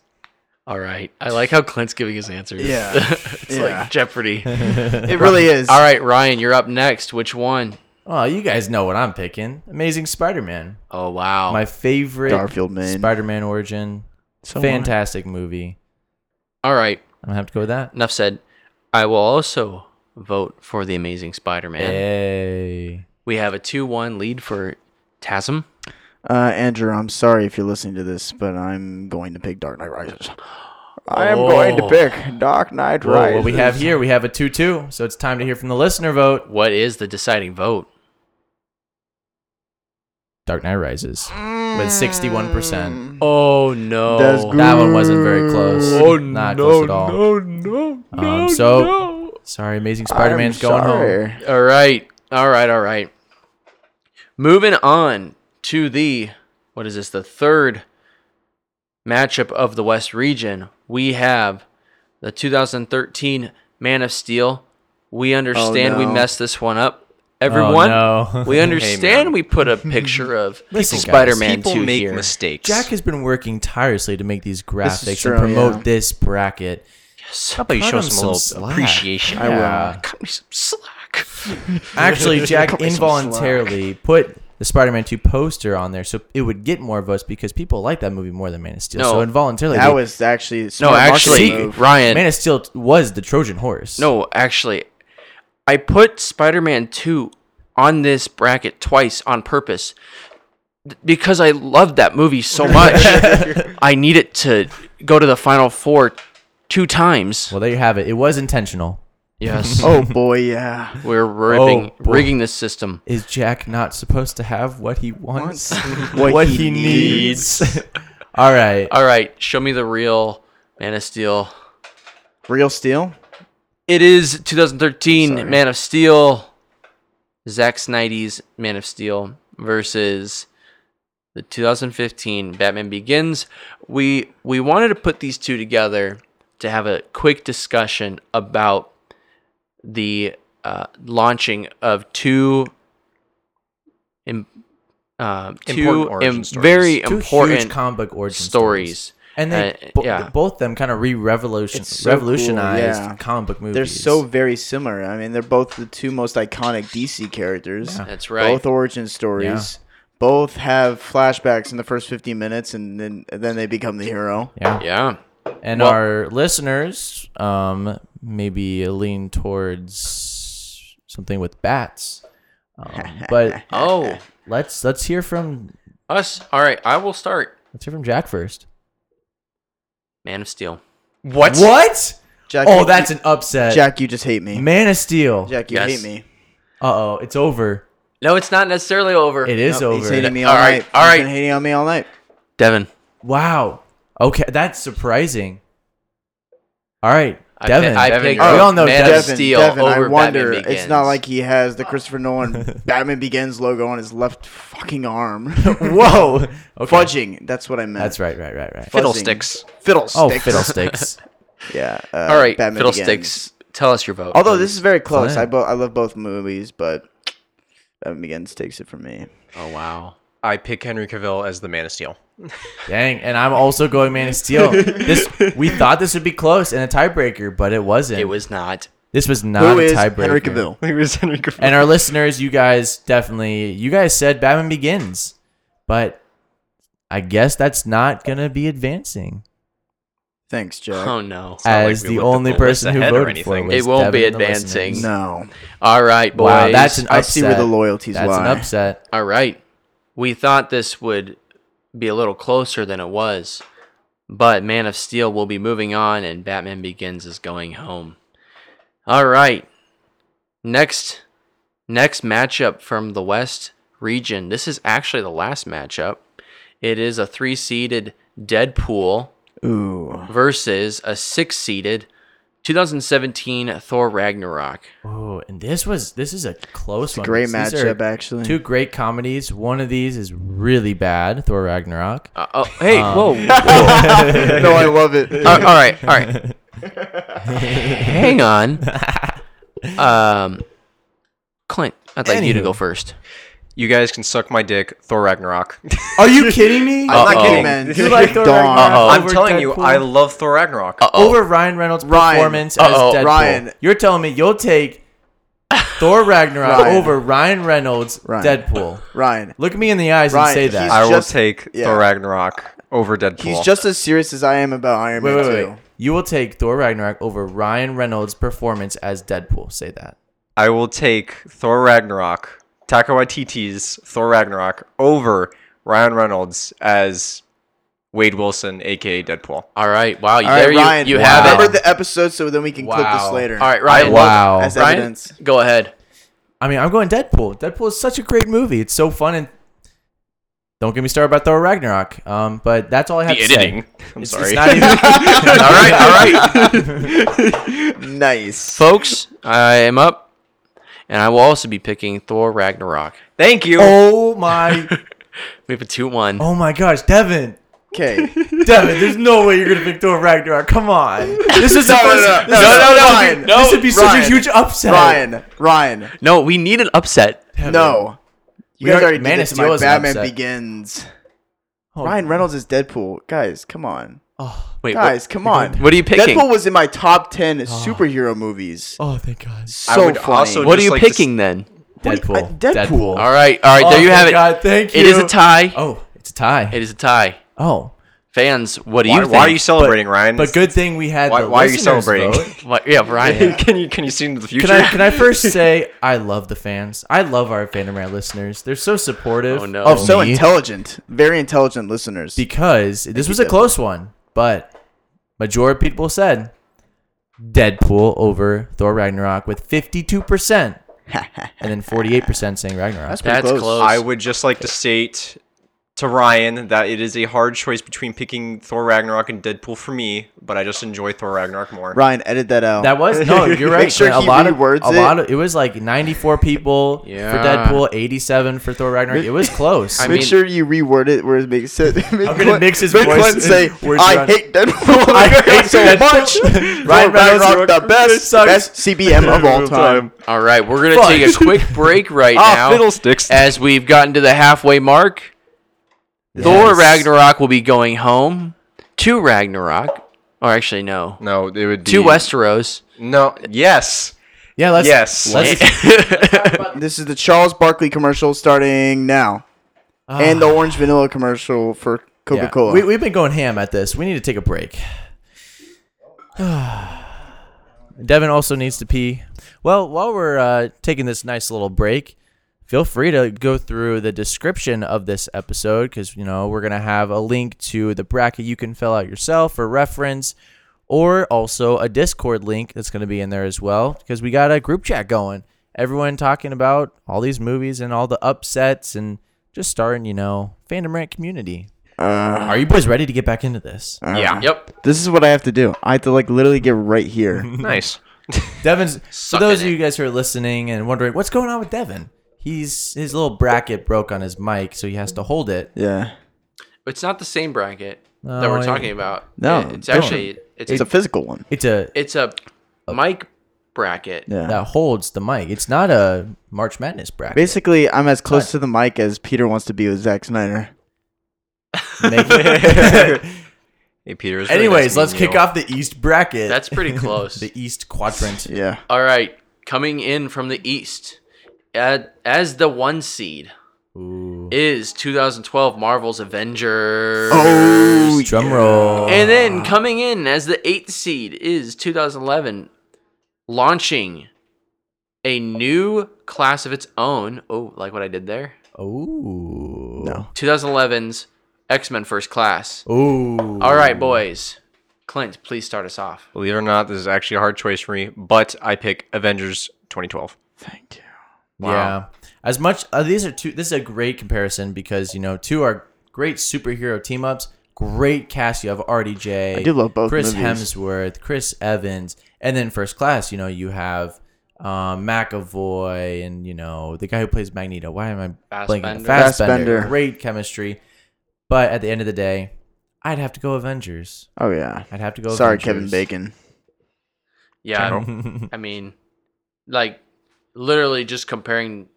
Speaker 1: All right, I like how Clint's giving his answers.
Speaker 3: Yeah.
Speaker 1: it's
Speaker 3: Yeah.
Speaker 1: like Jeopardy.
Speaker 3: It really is.
Speaker 1: All right, Ryan, you're up next. Which one?
Speaker 2: Well, you guys know what I'm picking. Amazing Spider-Man,
Speaker 1: Oh wow.
Speaker 2: my favorite
Speaker 3: Garfield man.
Speaker 2: Spider-Man origin,
Speaker 3: So
Speaker 2: fantastic movie.
Speaker 1: All right.
Speaker 2: I'm gonna have to go with that.
Speaker 1: Enough said. I will also vote for the Amazing Spider-Man.
Speaker 2: Hey.
Speaker 1: We have a two-one lead for Tasm.
Speaker 3: Uh, Andrew, I'm sorry if you're listening to this, but I'm going to pick Dark Knight Rises. I am going to
Speaker 1: Oh.
Speaker 3: pick Dark Knight
Speaker 2: Well,
Speaker 3: Rises.
Speaker 2: what we have here, we have a 2 2. So it's time to hear from the listener vote.
Speaker 1: What is the deciding vote?
Speaker 2: Dark Knight Rises with 61%.
Speaker 1: Oh no.
Speaker 3: That's gr-
Speaker 2: That one wasn't very close.
Speaker 3: Mm,
Speaker 1: Oh
Speaker 2: Not
Speaker 1: no,
Speaker 2: close at all.
Speaker 1: no, no, no,
Speaker 2: Um, so-
Speaker 1: no.
Speaker 2: Sorry, Amazing Spider-Man's
Speaker 3: I'm
Speaker 2: going home.
Speaker 3: sorry.
Speaker 1: All right. All right. All right. Moving on to the what is this? The third matchup of the West region. We have the 2013 Man of Steel. We understand we
Speaker 3: no.
Speaker 1: messed this one up.
Speaker 2: Oh,
Speaker 1: Everyone,
Speaker 2: no.
Speaker 1: we understand
Speaker 4: man.
Speaker 1: we put a picture of
Speaker 2: Listen, guys,
Speaker 1: Spider-Man
Speaker 4: People
Speaker 1: 2
Speaker 4: make
Speaker 1: here.
Speaker 4: mistakes.
Speaker 2: Jack has been working tirelessly to make these
Speaker 3: This is
Speaker 2: graphics
Speaker 3: true,
Speaker 2: and promote
Speaker 3: yeah.
Speaker 2: this bracket.
Speaker 4: How about you
Speaker 2: cut
Speaker 4: show
Speaker 2: him
Speaker 4: some,
Speaker 2: some
Speaker 4: little
Speaker 2: slack.
Speaker 4: appreciation?
Speaker 3: I
Speaker 2: Yeah.
Speaker 3: will.
Speaker 1: Cut me some slack.
Speaker 2: Actually, Jack
Speaker 3: Cut me some
Speaker 2: involuntarily put the Spider-Man 2 poster on there, so it would get more votes because people like that movie more than Man of Steel.
Speaker 1: No.
Speaker 2: so involuntarily,
Speaker 3: That
Speaker 2: they-
Speaker 3: was actually
Speaker 1: No,
Speaker 3: smart marketing
Speaker 1: actually,
Speaker 3: move.
Speaker 1: Ryan.
Speaker 2: Man of Steel t- was the Trojan horse.
Speaker 1: No, actually, I put Spider Man 2 on this bracket twice on purpose th- because I loved that movie so much. I need it to go to the final four two times.
Speaker 2: Well, there you have it. It was intentional.
Speaker 1: Yes.
Speaker 3: oh boy, yeah.
Speaker 1: We're ripping,
Speaker 2: boy.
Speaker 1: rigging this system.
Speaker 2: Is Jack not supposed to have what he wants?
Speaker 3: What he
Speaker 2: All right.
Speaker 1: All right, show me the real Man of Steel.
Speaker 3: Real steel.
Speaker 1: It is 2013 Man of Steel, Zack Snyder's Man of Steel versus the 2015 Batman Begins. We we wanted to put these two together to have a quick discussion about the uh, launching of two. Im- uh, two
Speaker 4: Important origin
Speaker 1: im-
Speaker 4: stories.
Speaker 1: very
Speaker 2: Two huge
Speaker 1: important
Speaker 2: comic book origin stories.
Speaker 1: stories.
Speaker 2: And they
Speaker 1: Uh,
Speaker 2: bo-
Speaker 1: yeah.
Speaker 2: both them kind of re-revolution
Speaker 3: It's so cool,
Speaker 2: revolutionized
Speaker 3: yeah.
Speaker 2: comic book movies.
Speaker 3: They're so very similar. I mean, they're both the two most iconic DC characters.
Speaker 1: That's right.
Speaker 3: Both origin stories. Both have flashbacks in the first 15 minutes, and then and then they become the hero.
Speaker 2: yeah.
Speaker 1: yeah.
Speaker 2: And
Speaker 1: Well-
Speaker 2: our listeners um maybe lean towards something with bats. Um, but
Speaker 1: Oh,
Speaker 2: let's let's hear from
Speaker 1: us. All right, I will start.
Speaker 2: let's hear from Jack first.
Speaker 1: Man of Steel.
Speaker 4: What?
Speaker 2: What?
Speaker 3: Jack,
Speaker 2: Oh,
Speaker 3: you-
Speaker 2: that's an upset.
Speaker 3: Jack. You just hate me.
Speaker 2: Man of Steel.
Speaker 3: Jack, you
Speaker 1: Yes.
Speaker 3: hate me.
Speaker 2: Uh oh, it's over.
Speaker 1: No, it's not necessarily over.
Speaker 2: It is
Speaker 3: Nope, He's
Speaker 2: over.
Speaker 3: hating me all,
Speaker 1: All right,
Speaker 3: night.
Speaker 1: all
Speaker 3: He's
Speaker 1: right.
Speaker 3: been hating on me all night.
Speaker 1: Devin.
Speaker 2: Wow. Okay, that's surprising. All right,
Speaker 1: I
Speaker 2: Devin.
Speaker 1: pick- I pick
Speaker 2: Oh, we all know
Speaker 1: Man of
Speaker 2: Devin.
Speaker 1: Steel. Steel over Batman
Speaker 3: It's not
Speaker 1: Begins.
Speaker 3: like he has the Christopher Nolan Batman Begins logo on his left fucking arm.
Speaker 2: Whoa. Okay.
Speaker 3: Fudging. That's what I meant.
Speaker 2: That's right, right, right, right.
Speaker 3: Fuck
Speaker 4: Fiddlesticks.
Speaker 3: Fiddlesticks.
Speaker 2: Oh, fiddlesticks.
Speaker 3: Yeah. uh,
Speaker 1: All right,
Speaker 3: Batman Begins.
Speaker 1: Fiddlesticks. Tell us your vote.
Speaker 3: Although this is very close.
Speaker 2: Fine.
Speaker 3: I bo- I love both movies, but Batman Begins takes it from me.
Speaker 1: oh wow,
Speaker 4: I pick Henry Cavill as the Man of Steel.
Speaker 2: Dang, and I'm also going Man of Steel. This we thought this would be close and a tiebreaker, but it wasn't.
Speaker 1: it was not.
Speaker 2: This was not
Speaker 3: Who
Speaker 2: a
Speaker 3: is
Speaker 2: tiebreaker.
Speaker 3: Henry Cavill?
Speaker 4: He was Henry Cavill.
Speaker 2: And our listeners, you guys definitely, you guys said Batman Begins, but I guess that's not gonna be advancing
Speaker 3: Thanks, Jack.
Speaker 1: Oh no,
Speaker 4: not like
Speaker 2: as
Speaker 4: we
Speaker 2: the
Speaker 4: looked at
Speaker 2: only
Speaker 4: the list
Speaker 2: person who
Speaker 4: ahead or
Speaker 2: voted for it.
Speaker 4: anything.
Speaker 2: was
Speaker 1: It won't be
Speaker 2: Devin, the
Speaker 1: advancing.
Speaker 2: listeners.
Speaker 3: No.
Speaker 1: All right, boys.
Speaker 2: Wow, that's an upset.
Speaker 3: I see where the loyalties
Speaker 2: That's
Speaker 3: lie.
Speaker 2: an upset.
Speaker 1: all right. We thought this would be a little closer than it was, but Man of Steel will be moving on, and Batman Begins is going home. All right, next next matchup from the West region. This is actually the last matchup. It is a three seeded Deadpool
Speaker 3: Ooh.
Speaker 1: versus a six seeded 2017 Thor Ragnarok.
Speaker 2: Oh, and this was this is a close one.
Speaker 3: Great
Speaker 2: These
Speaker 3: matchup,
Speaker 2: are
Speaker 3: actually.
Speaker 2: Two great comedies. One of these is really bad, Thor Ragnarok.
Speaker 1: Uh, oh, hey,
Speaker 2: Um,
Speaker 1: whoa.
Speaker 3: no, I love it.
Speaker 1: all all right, all right. Hang on. Um, Clint, I'd like you to go
Speaker 2: Anywho.
Speaker 1: first.
Speaker 4: You guys can suck my dick, Thor Ragnarok.
Speaker 2: Are you kidding me?
Speaker 3: I'm not
Speaker 1: Uh-oh.
Speaker 3: kidding, man.
Speaker 2: You like Thor
Speaker 3: Dawn.
Speaker 2: Ragnarok?
Speaker 4: I'm
Speaker 2: Over
Speaker 4: telling you,
Speaker 2: Deadpool?
Speaker 4: I love Thor Ragnarok.
Speaker 2: over Ryan Reynolds'
Speaker 3: Ryan.
Speaker 2: performance
Speaker 1: Uh-oh.
Speaker 2: as Deadpool.
Speaker 3: Ryan.
Speaker 2: You're telling me you'll take Thor Ragnarok
Speaker 3: Ryan.
Speaker 2: over Ryan Reynolds'
Speaker 3: Ryan.
Speaker 2: Deadpool.
Speaker 3: Ryan.
Speaker 2: Look me in the eyes
Speaker 3: Ryan,
Speaker 2: and say
Speaker 3: he's
Speaker 2: that.
Speaker 4: I will
Speaker 3: just-
Speaker 4: take
Speaker 3: yeah.
Speaker 4: Thor Ragnarok over Deadpool.
Speaker 3: He's just as serious as I am about Iron
Speaker 2: Wait,
Speaker 3: Man
Speaker 2: wait, wait.
Speaker 3: 2.
Speaker 2: You will take Thor Ragnarok over Ryan Reynolds' performance as Deadpool. Say that.
Speaker 4: I will take Thor Ragnarok, Taika Waititi's Thor Ragnarok over Ryan Reynolds as Wade Wilson, aka Deadpool.
Speaker 1: All right, wow. You,
Speaker 3: All right,
Speaker 1: there
Speaker 3: Ryan.
Speaker 1: you, you
Speaker 2: wow.
Speaker 1: have
Speaker 3: Remember
Speaker 1: it.
Speaker 3: the episode so then we can clip
Speaker 2: Wow.
Speaker 3: this later.
Speaker 1: All right, Ryan.
Speaker 2: Wow.
Speaker 3: As
Speaker 1: Ryan,
Speaker 3: evidence.
Speaker 1: go ahead.
Speaker 2: I mean, I'm going Deadpool. Deadpool is such a great movie. It's so fun and Don't get me started about Thor Ragnarok. Um, but that's all I have
Speaker 4: The
Speaker 2: to
Speaker 4: editing.
Speaker 2: say. It's-
Speaker 4: I'm
Speaker 2: it's
Speaker 4: sorry.
Speaker 2: not even-
Speaker 4: all right, all right.
Speaker 3: Nice.
Speaker 1: Folks, I am up, and I will also be picking Thor Ragnarok.
Speaker 4: Thank you.
Speaker 2: oh my,
Speaker 1: We have a 2 1.
Speaker 2: oh my gosh, Devin,
Speaker 3: Okay.
Speaker 2: Devin, there's no way you're gonna pick Thor Ragnarok. Come on, this is no,
Speaker 3: no, no,
Speaker 2: this,
Speaker 3: no, no,
Speaker 2: would be-
Speaker 3: Ryan,
Speaker 2: this would be such a
Speaker 3: Ryan,
Speaker 2: huge upset.
Speaker 3: Ryan, Ryan,
Speaker 1: No, we need an upset.
Speaker 3: no. You guys
Speaker 2: already-
Speaker 3: already
Speaker 2: Man
Speaker 3: did this
Speaker 2: of
Speaker 3: to my
Speaker 2: Steel is an
Speaker 3: Batman
Speaker 2: upset.
Speaker 3: Begins.
Speaker 2: Oh,
Speaker 3: Ryan Reynolds is Deadpool. Guys, come on.
Speaker 2: Oh,
Speaker 1: Wait, what-
Speaker 3: Guys, come on.
Speaker 1: what are you picking?
Speaker 3: Deadpool was in my top 10
Speaker 2: Ah.
Speaker 3: superhero movies.
Speaker 2: oh, thank God,
Speaker 4: I
Speaker 3: So
Speaker 4: would
Speaker 3: funny.
Speaker 4: also-
Speaker 1: What are
Speaker 4: Just
Speaker 1: you
Speaker 4: like this-
Speaker 1: picking then?
Speaker 3: What do you-
Speaker 2: Deadpool,
Speaker 3: uh, Deadpool.
Speaker 1: All right, all right, there
Speaker 2: Oh,
Speaker 1: you have
Speaker 2: thank
Speaker 1: it.
Speaker 2: God, thank you.
Speaker 1: It is a tie.
Speaker 2: Oh, it's a tie.
Speaker 1: It is a tie.
Speaker 2: oh,
Speaker 1: Fans, what do
Speaker 4: why,
Speaker 1: you think?
Speaker 4: why are you celebrating, Ryan?
Speaker 2: but good thing we had.
Speaker 4: Why,
Speaker 2: the
Speaker 4: why are you
Speaker 2: listeners
Speaker 4: celebrating?
Speaker 2: vote.
Speaker 1: What- yeah, Ryan.
Speaker 4: can you can you see into the future?
Speaker 2: Can I can I first say I love the fans. I love our Vandermeer listeners. They're so supportive.
Speaker 1: Oh, no.
Speaker 2: of
Speaker 3: So
Speaker 2: me
Speaker 3: intelligent. Very intelligent listeners.
Speaker 2: because this was
Speaker 3: you,
Speaker 2: a close one, but majority of people said Deadpool over Thor Ragnarok with fifty two percent, and then forty eight percent saying Ragnarok.
Speaker 3: That's pretty
Speaker 1: That's
Speaker 3: close.
Speaker 1: close.
Speaker 4: I would just like to state to Ryan that it is a hard choice between picking Thor Ragnarok and Deadpool for me, but I just enjoy Thor Ragnarok more.
Speaker 3: Ryan, edit that out.
Speaker 2: That was no, you're
Speaker 3: Make
Speaker 2: right.
Speaker 3: sure
Speaker 2: Clint.
Speaker 3: he
Speaker 2: a lot of
Speaker 3: rewords
Speaker 2: a
Speaker 3: it.
Speaker 2: lot of it was like ninety four people
Speaker 1: Yeah.
Speaker 2: for Deadpool, eighty seven for Thor Ragnarok. It was close.
Speaker 1: I
Speaker 3: Make
Speaker 1: mean-
Speaker 3: sure you reword it where it makes sense. I'm
Speaker 2: gonna mix his
Speaker 3: make
Speaker 2: voice
Speaker 3: Clint
Speaker 2: and
Speaker 3: say,
Speaker 2: words
Speaker 3: "I
Speaker 2: around-
Speaker 3: hate Deadpool. I hate so
Speaker 2: Deadpool."
Speaker 3: much."
Speaker 2: Ryan
Speaker 3: Ryan
Speaker 2: Reynolds
Speaker 3: Ragnarok, the best,
Speaker 2: sucks.
Speaker 3: best CBM of all time.
Speaker 1: All right, we're gonna
Speaker 2: Fuck.
Speaker 1: take a quick break right
Speaker 4: Ah,
Speaker 1: now.
Speaker 4: fiddlesticks.
Speaker 1: As we've gotten to the halfway mark, Thor
Speaker 2: Yes.
Speaker 1: Ragnarok will be going home to Ragnarok, or actually no,
Speaker 4: No, it would be
Speaker 1: to Westeros.
Speaker 4: No, yes,
Speaker 2: Yeah, let's
Speaker 4: yes.
Speaker 2: let's
Speaker 3: This is the Charles Barkley commercial starting now, and the orange vanilla commercial for
Speaker 2: Yeah.
Speaker 3: Coca Cola.
Speaker 2: We, we've been going ham at this. We need to take a break. Devin also needs to pee. Well, while we're uh, taking this nice little break, feel free to go through the description of this episode because, you know, we're going to have a link to the bracket you can fill out yourself for reference or also a Discord link that's going to be in there as well because we got a group chat going. Everyone talking about all these movies and all the upsets and just starting, you know, fandom rant community. Are you boys ready to get back into this?
Speaker 3: Uh,
Speaker 4: yeah,
Speaker 1: Yep.
Speaker 3: this is what I have to do. I have to like literally get right here.
Speaker 4: nice.
Speaker 2: Devin's for
Speaker 1: Sucking
Speaker 2: those of
Speaker 1: it.
Speaker 2: you guys who are listening and wondering what's going on with Devin. He's his little bracket broke on his mic, so he has to hold it.
Speaker 3: yeah,
Speaker 1: It's not the same bracket that
Speaker 2: No,
Speaker 1: we're
Speaker 2: it-
Speaker 1: talking about.
Speaker 3: No,
Speaker 1: It- it's
Speaker 3: don't.
Speaker 1: actually it's
Speaker 3: it's a
Speaker 1: a
Speaker 3: physical one.
Speaker 2: It's a
Speaker 1: it's a mic bracket.
Speaker 3: Yeah.
Speaker 2: that holds the mic. It's not a March Madness bracket.
Speaker 3: Basically, I'm as close to the mic as Peter wants to be with Zack Snyder.
Speaker 2: Make it-
Speaker 4: Hey, Peter. it's really nice
Speaker 2: Anyways, let's
Speaker 4: meeting
Speaker 2: kick
Speaker 4: you.
Speaker 2: off the East bracket.
Speaker 1: That's pretty close.
Speaker 2: the East quadrant.
Speaker 3: Yeah.
Speaker 1: All right, coming in from the east, at, as the one seed
Speaker 2: Ooh.
Speaker 1: is 2012 Marvel's Avengers.
Speaker 3: Oh,
Speaker 2: Drum roll.
Speaker 1: And then coming in as the eighth seed is 2011, launching a new class of its own. Oh, like what I did there?
Speaker 2: Ooh.
Speaker 3: No.
Speaker 1: 2011's X Men First Class.
Speaker 2: Ooh.
Speaker 1: All right, boys. Clint, please start us off.
Speaker 4: Believe it or not, this is actually a hard choice for me, but I pick Avengers 2012.
Speaker 3: thank you.
Speaker 1: Wow.
Speaker 2: Yeah. As much uh, these are two this is a great comparison because you know two are great superhero team ups, great cast you have RDJ.
Speaker 3: I do love both
Speaker 2: Chris
Speaker 3: movies.
Speaker 2: Hemsworth, Chris Evans, and then first class, you know, you have um, McAvoy and you know the guy who plays Magneto. Why am I blanking?
Speaker 1: Fassbender.
Speaker 2: Fassbender.
Speaker 3: Fassbender.
Speaker 2: Great chemistry. But at the end of the day, I'd have to go Avengers.
Speaker 3: Oh yeah.
Speaker 2: I'd have to go
Speaker 3: Sorry, Kevin
Speaker 2: Avengers.
Speaker 3: Bacon.
Speaker 1: Yeah, I mean, like, literally just comparing.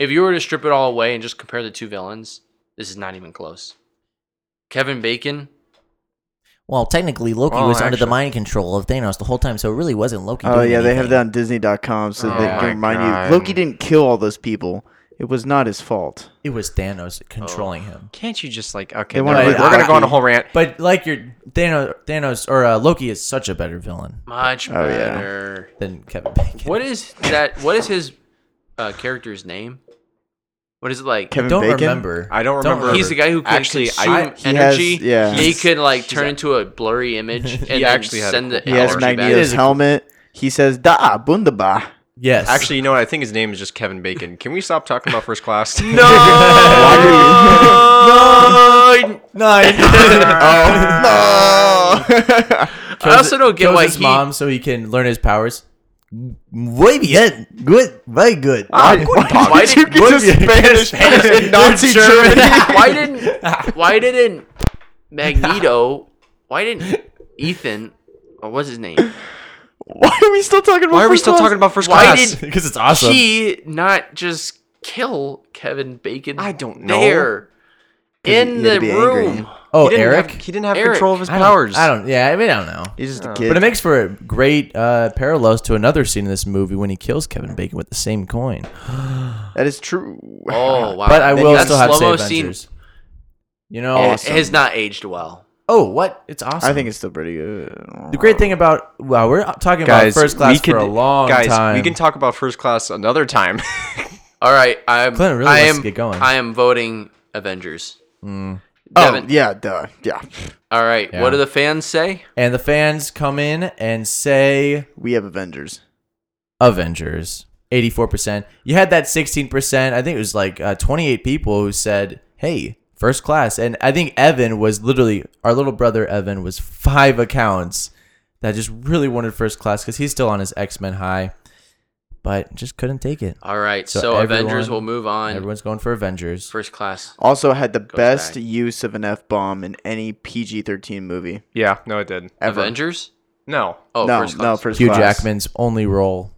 Speaker 1: If you were to strip it all away and just compare the two villains, this is not even close. Kevin Bacon,
Speaker 2: well, technically Loki
Speaker 4: Well,
Speaker 2: was under the
Speaker 4: actually-
Speaker 2: mind control of Thanos the whole time, so it really wasn't Loki.
Speaker 3: Oh
Speaker 2: doing
Speaker 3: yeah, they have
Speaker 2: anything.
Speaker 3: that on Disney.com, so they
Speaker 2: Oh
Speaker 3: can
Speaker 4: my
Speaker 3: remind
Speaker 4: God.
Speaker 3: you. Loki didn't kill all those people. It was not his fault.
Speaker 2: It was Thanos controlling him.
Speaker 4: Can't you just like okay?
Speaker 3: They
Speaker 4: never
Speaker 3: wanna
Speaker 4: mind.
Speaker 2: make
Speaker 4: we're gonna go on a
Speaker 3: Rocky.
Speaker 4: whole rant.
Speaker 2: But like your Thanos, Thanos or uh, Loki is such a better villain
Speaker 1: much
Speaker 3: Oh, yeah.
Speaker 1: better.
Speaker 2: than Kevin Bacon.
Speaker 1: What is that? What is his uh, character's name? What is it like?
Speaker 3: Kevin
Speaker 2: Don't
Speaker 3: Bacon.
Speaker 2: remember.
Speaker 4: I don't remember.
Speaker 1: He's the guy who can
Speaker 4: Actually,
Speaker 1: actually
Speaker 4: I-
Speaker 1: consume
Speaker 3: he has-
Speaker 1: energy.
Speaker 3: yeah.
Speaker 1: he could like turn into a blurry image and then
Speaker 4: actually had a
Speaker 1: send
Speaker 4: cool
Speaker 1: the
Speaker 3: He has
Speaker 1: energy back.
Speaker 2: It is
Speaker 3: Magneto's
Speaker 2: a-
Speaker 3: helmet. He says "Da bundaba."
Speaker 2: Yes.
Speaker 4: Actually, you know what? I think his name is just Kevin Bacon. Can we stop talking about first class?
Speaker 1: no.
Speaker 3: oh no!
Speaker 1: I also don't get
Speaker 2: Kills
Speaker 1: why
Speaker 2: his
Speaker 1: he.
Speaker 2: mom so he can learn his powers. Muy bien. Good. Very good.
Speaker 1: Why did
Speaker 3: you get
Speaker 2: Bolivia-
Speaker 3: to Spanish in Nazi Germany?
Speaker 1: why didn't why didn't Magneto? Why didn't Ethan? Or what's his name?
Speaker 3: Why are we still talking about?
Speaker 4: Why are we
Speaker 3: first
Speaker 4: still
Speaker 3: class?
Speaker 4: talking about first
Speaker 1: Why
Speaker 4: class?
Speaker 1: did-
Speaker 2: Because it's awesome.
Speaker 1: She not just kill Kevin Bacon.
Speaker 4: I don't know.
Speaker 1: There, in
Speaker 3: he had
Speaker 1: the
Speaker 3: to be angry.
Speaker 1: room.
Speaker 2: oh,
Speaker 4: he didn't
Speaker 2: Eric.
Speaker 4: Have, he didn't have
Speaker 1: Eric.
Speaker 4: control of his
Speaker 2: I don't-
Speaker 4: powers.
Speaker 2: I don't. Yeah. I mean, I don't know.
Speaker 3: He's just a
Speaker 2: But
Speaker 3: kid.
Speaker 2: it makes for great uh, parallels to another scene in this movie when he kills Kevin Bacon with the same coin.
Speaker 3: that is true.
Speaker 1: Oh wow!
Speaker 2: But I will
Speaker 1: That
Speaker 2: still have to say
Speaker 1: slow-mo
Speaker 2: Avengers. You know,
Speaker 1: It
Speaker 3: Awesome.
Speaker 1: has not aged well.
Speaker 2: oh what? It's awesome.
Speaker 3: I think it's still pretty good.
Speaker 2: the great thing about wow, we're talking
Speaker 4: Guys,
Speaker 2: about first
Speaker 4: we
Speaker 2: class
Speaker 4: could,
Speaker 2: for a long
Speaker 4: guys,
Speaker 2: time.
Speaker 4: we can talk about first class another time.
Speaker 1: All right, I'm.
Speaker 2: Clint really
Speaker 1: I
Speaker 2: wants
Speaker 1: am.
Speaker 2: to get going.
Speaker 1: I am voting Avengers.
Speaker 3: Oh
Speaker 1: Devin.
Speaker 3: yeah, duh, yeah.
Speaker 1: All right,
Speaker 2: Yeah.
Speaker 1: what do the fans say?
Speaker 2: and the fans come in and say
Speaker 3: We have Avengers.
Speaker 2: Avengers. 84%. You had that 16%. I think it was like uh, 28 people who said, hey, first class. And I think Evan was literally, our little brother Evan was five accounts that just really wanted first class because he's still on his X Men high, but just couldn't take it.
Speaker 1: All right, so,
Speaker 2: So everyone-
Speaker 1: Avengers will move on.
Speaker 2: Everyone's going for Avengers.
Speaker 1: First class.
Speaker 3: Also had the best
Speaker 1: back.
Speaker 3: use of an f bomb in any PG thirteen movie
Speaker 4: yeah, no, it did.
Speaker 3: ever.
Speaker 1: Avengers.
Speaker 4: No.
Speaker 1: Oh,
Speaker 3: no,
Speaker 1: first
Speaker 3: no,
Speaker 1: class.
Speaker 3: first
Speaker 2: Hugh
Speaker 3: class.
Speaker 2: Jackman's only role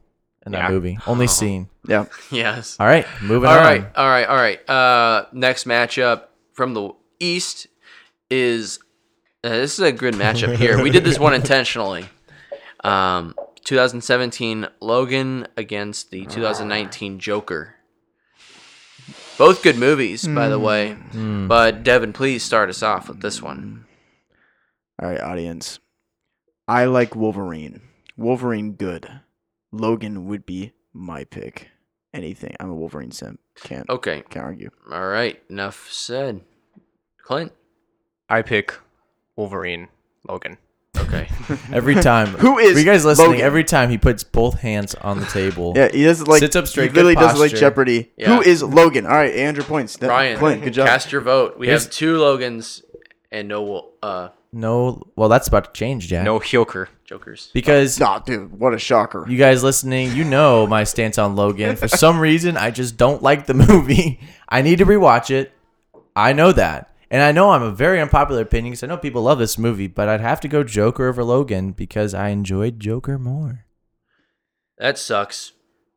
Speaker 2: in that
Speaker 4: Yeah.
Speaker 2: movie, only scene.
Speaker 3: Yeah,
Speaker 1: Yes.
Speaker 2: All right, moving
Speaker 1: All
Speaker 2: on.
Speaker 1: right, all right, all right. Uh, next matchup from the East is uh, this is a good matchup here. We did this one intentionally. Um, 2017 Logan against the 2019 Joker. Both good movies, by the way.
Speaker 3: Hmm.
Speaker 2: Hmm.
Speaker 1: But Devin, please start us off with this one.
Speaker 3: All right, audience. I like Wolverine. Wolverine, good. Logan would be my pick. Anything. I'm a Wolverine simp. Can't
Speaker 1: Okay,
Speaker 3: can't argue.
Speaker 1: all right. Enough said. Clint.
Speaker 4: I pick Wolverine, Logan.
Speaker 1: Okay.
Speaker 2: Every time.
Speaker 3: Who is
Speaker 2: Were you guys listening?
Speaker 3: Logan?
Speaker 2: Every time he puts both hands on the table.
Speaker 3: Yeah, he doesn't like.
Speaker 2: Sits up straight,
Speaker 3: He really
Speaker 2: good
Speaker 3: doesn't like
Speaker 2: posture.
Speaker 3: Jeopardy.
Speaker 1: Yeah.
Speaker 3: Who is Logan? All right, Andrew points. That-
Speaker 1: Brian,
Speaker 3: Clint, good job.
Speaker 1: cast your vote. We
Speaker 2: Here's-
Speaker 1: have two Logans and no Wo- uh,
Speaker 2: No, well, that's about to change, Jack.
Speaker 4: No Hyoker.
Speaker 1: Jokers.
Speaker 2: Because
Speaker 3: Nah, dude, what a shocker.
Speaker 2: you guys listening, you know my stance on Logan. For some reason, I just don't like the movie. I need to rewatch it. I know that. And I know I'm a very unpopular opinion because I know people love this movie, but I'd have to go Joker over Logan because I enjoyed Joker more.
Speaker 1: That sucks.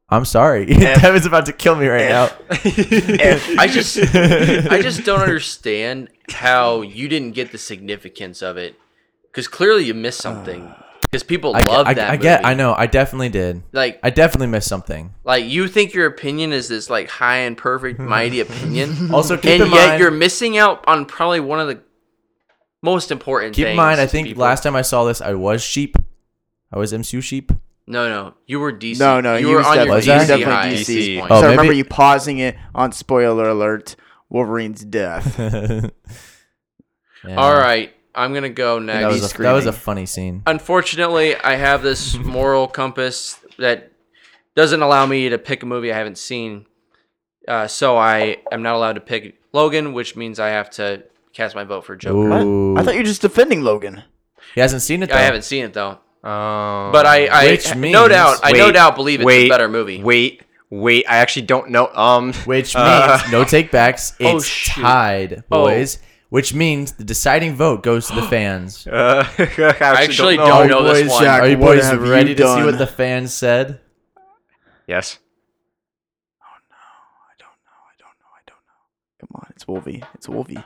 Speaker 2: I'm sorry. Devin's about to kill me right now.
Speaker 1: I just I just don't understand how you didn't get the significance of it because clearly you missed something because people
Speaker 2: Uh, I,
Speaker 1: love
Speaker 2: I,
Speaker 1: that.
Speaker 2: I get.
Speaker 1: movie.
Speaker 2: I know. I definitely did.
Speaker 1: Like,
Speaker 2: I definitely missed something.
Speaker 1: like you think your opinion is this like high and perfect, mighty opinion,
Speaker 2: Also, keep
Speaker 1: and
Speaker 2: in
Speaker 1: yet
Speaker 2: mind,
Speaker 1: you're missing out on probably one of the most important.
Speaker 2: Keep in
Speaker 1: things
Speaker 2: mind, I
Speaker 1: to
Speaker 2: think
Speaker 1: people.
Speaker 2: last time I saw this, I was sheep. I was MCU sheep.
Speaker 1: No, no, you were DC.
Speaker 3: No, no,
Speaker 1: you
Speaker 3: he
Speaker 1: were
Speaker 3: was
Speaker 1: on your DC,
Speaker 3: definitely, he was
Speaker 4: DC
Speaker 1: high.
Speaker 3: definitely
Speaker 4: highs.
Speaker 3: DC.
Speaker 1: point.
Speaker 2: Oh,
Speaker 3: so I
Speaker 2: maybe-
Speaker 3: remember you pausing it on spoiler alert Wolverine's death.
Speaker 1: All right, I'm gonna go next.
Speaker 2: That was, a, that
Speaker 3: screaming.
Speaker 2: was a funny scene.
Speaker 1: unfortunately, I have this moral compass that doesn't allow me to pick a movie I haven't seen. Uh, so I am not allowed to pick Logan, which means I have to cast my vote for Joker.
Speaker 3: What?
Speaker 2: Ooh.
Speaker 3: I thought you were just defending Logan.
Speaker 2: He hasn't seen it. Though.
Speaker 1: I haven't seen it though,
Speaker 4: Um,
Speaker 1: but I, I
Speaker 2: Which
Speaker 1: no
Speaker 2: means-
Speaker 1: doubt, I no
Speaker 4: Wait,
Speaker 1: doubt believe it's a
Speaker 4: wait,
Speaker 1: better movie.
Speaker 4: Wait, wait. I actually don't know. Um,
Speaker 2: Which means
Speaker 4: Uh,
Speaker 2: no takebacks.
Speaker 1: Oh,
Speaker 2: It's
Speaker 1: shoot.
Speaker 2: tied,
Speaker 1: Oh.
Speaker 2: boys. Which means the deciding vote goes to the fans.
Speaker 4: uh, I actually,
Speaker 1: actually
Speaker 4: don't know.
Speaker 1: don't know. Oh,
Speaker 2: Are you
Speaker 1: this
Speaker 2: boys-
Speaker 1: one.
Speaker 2: Are you
Speaker 3: What
Speaker 2: boys
Speaker 3: have you
Speaker 2: ready to see
Speaker 3: done?
Speaker 2: what the fans said?
Speaker 4: Yes.
Speaker 3: Come on, it's Wolvie. It's Wolvie.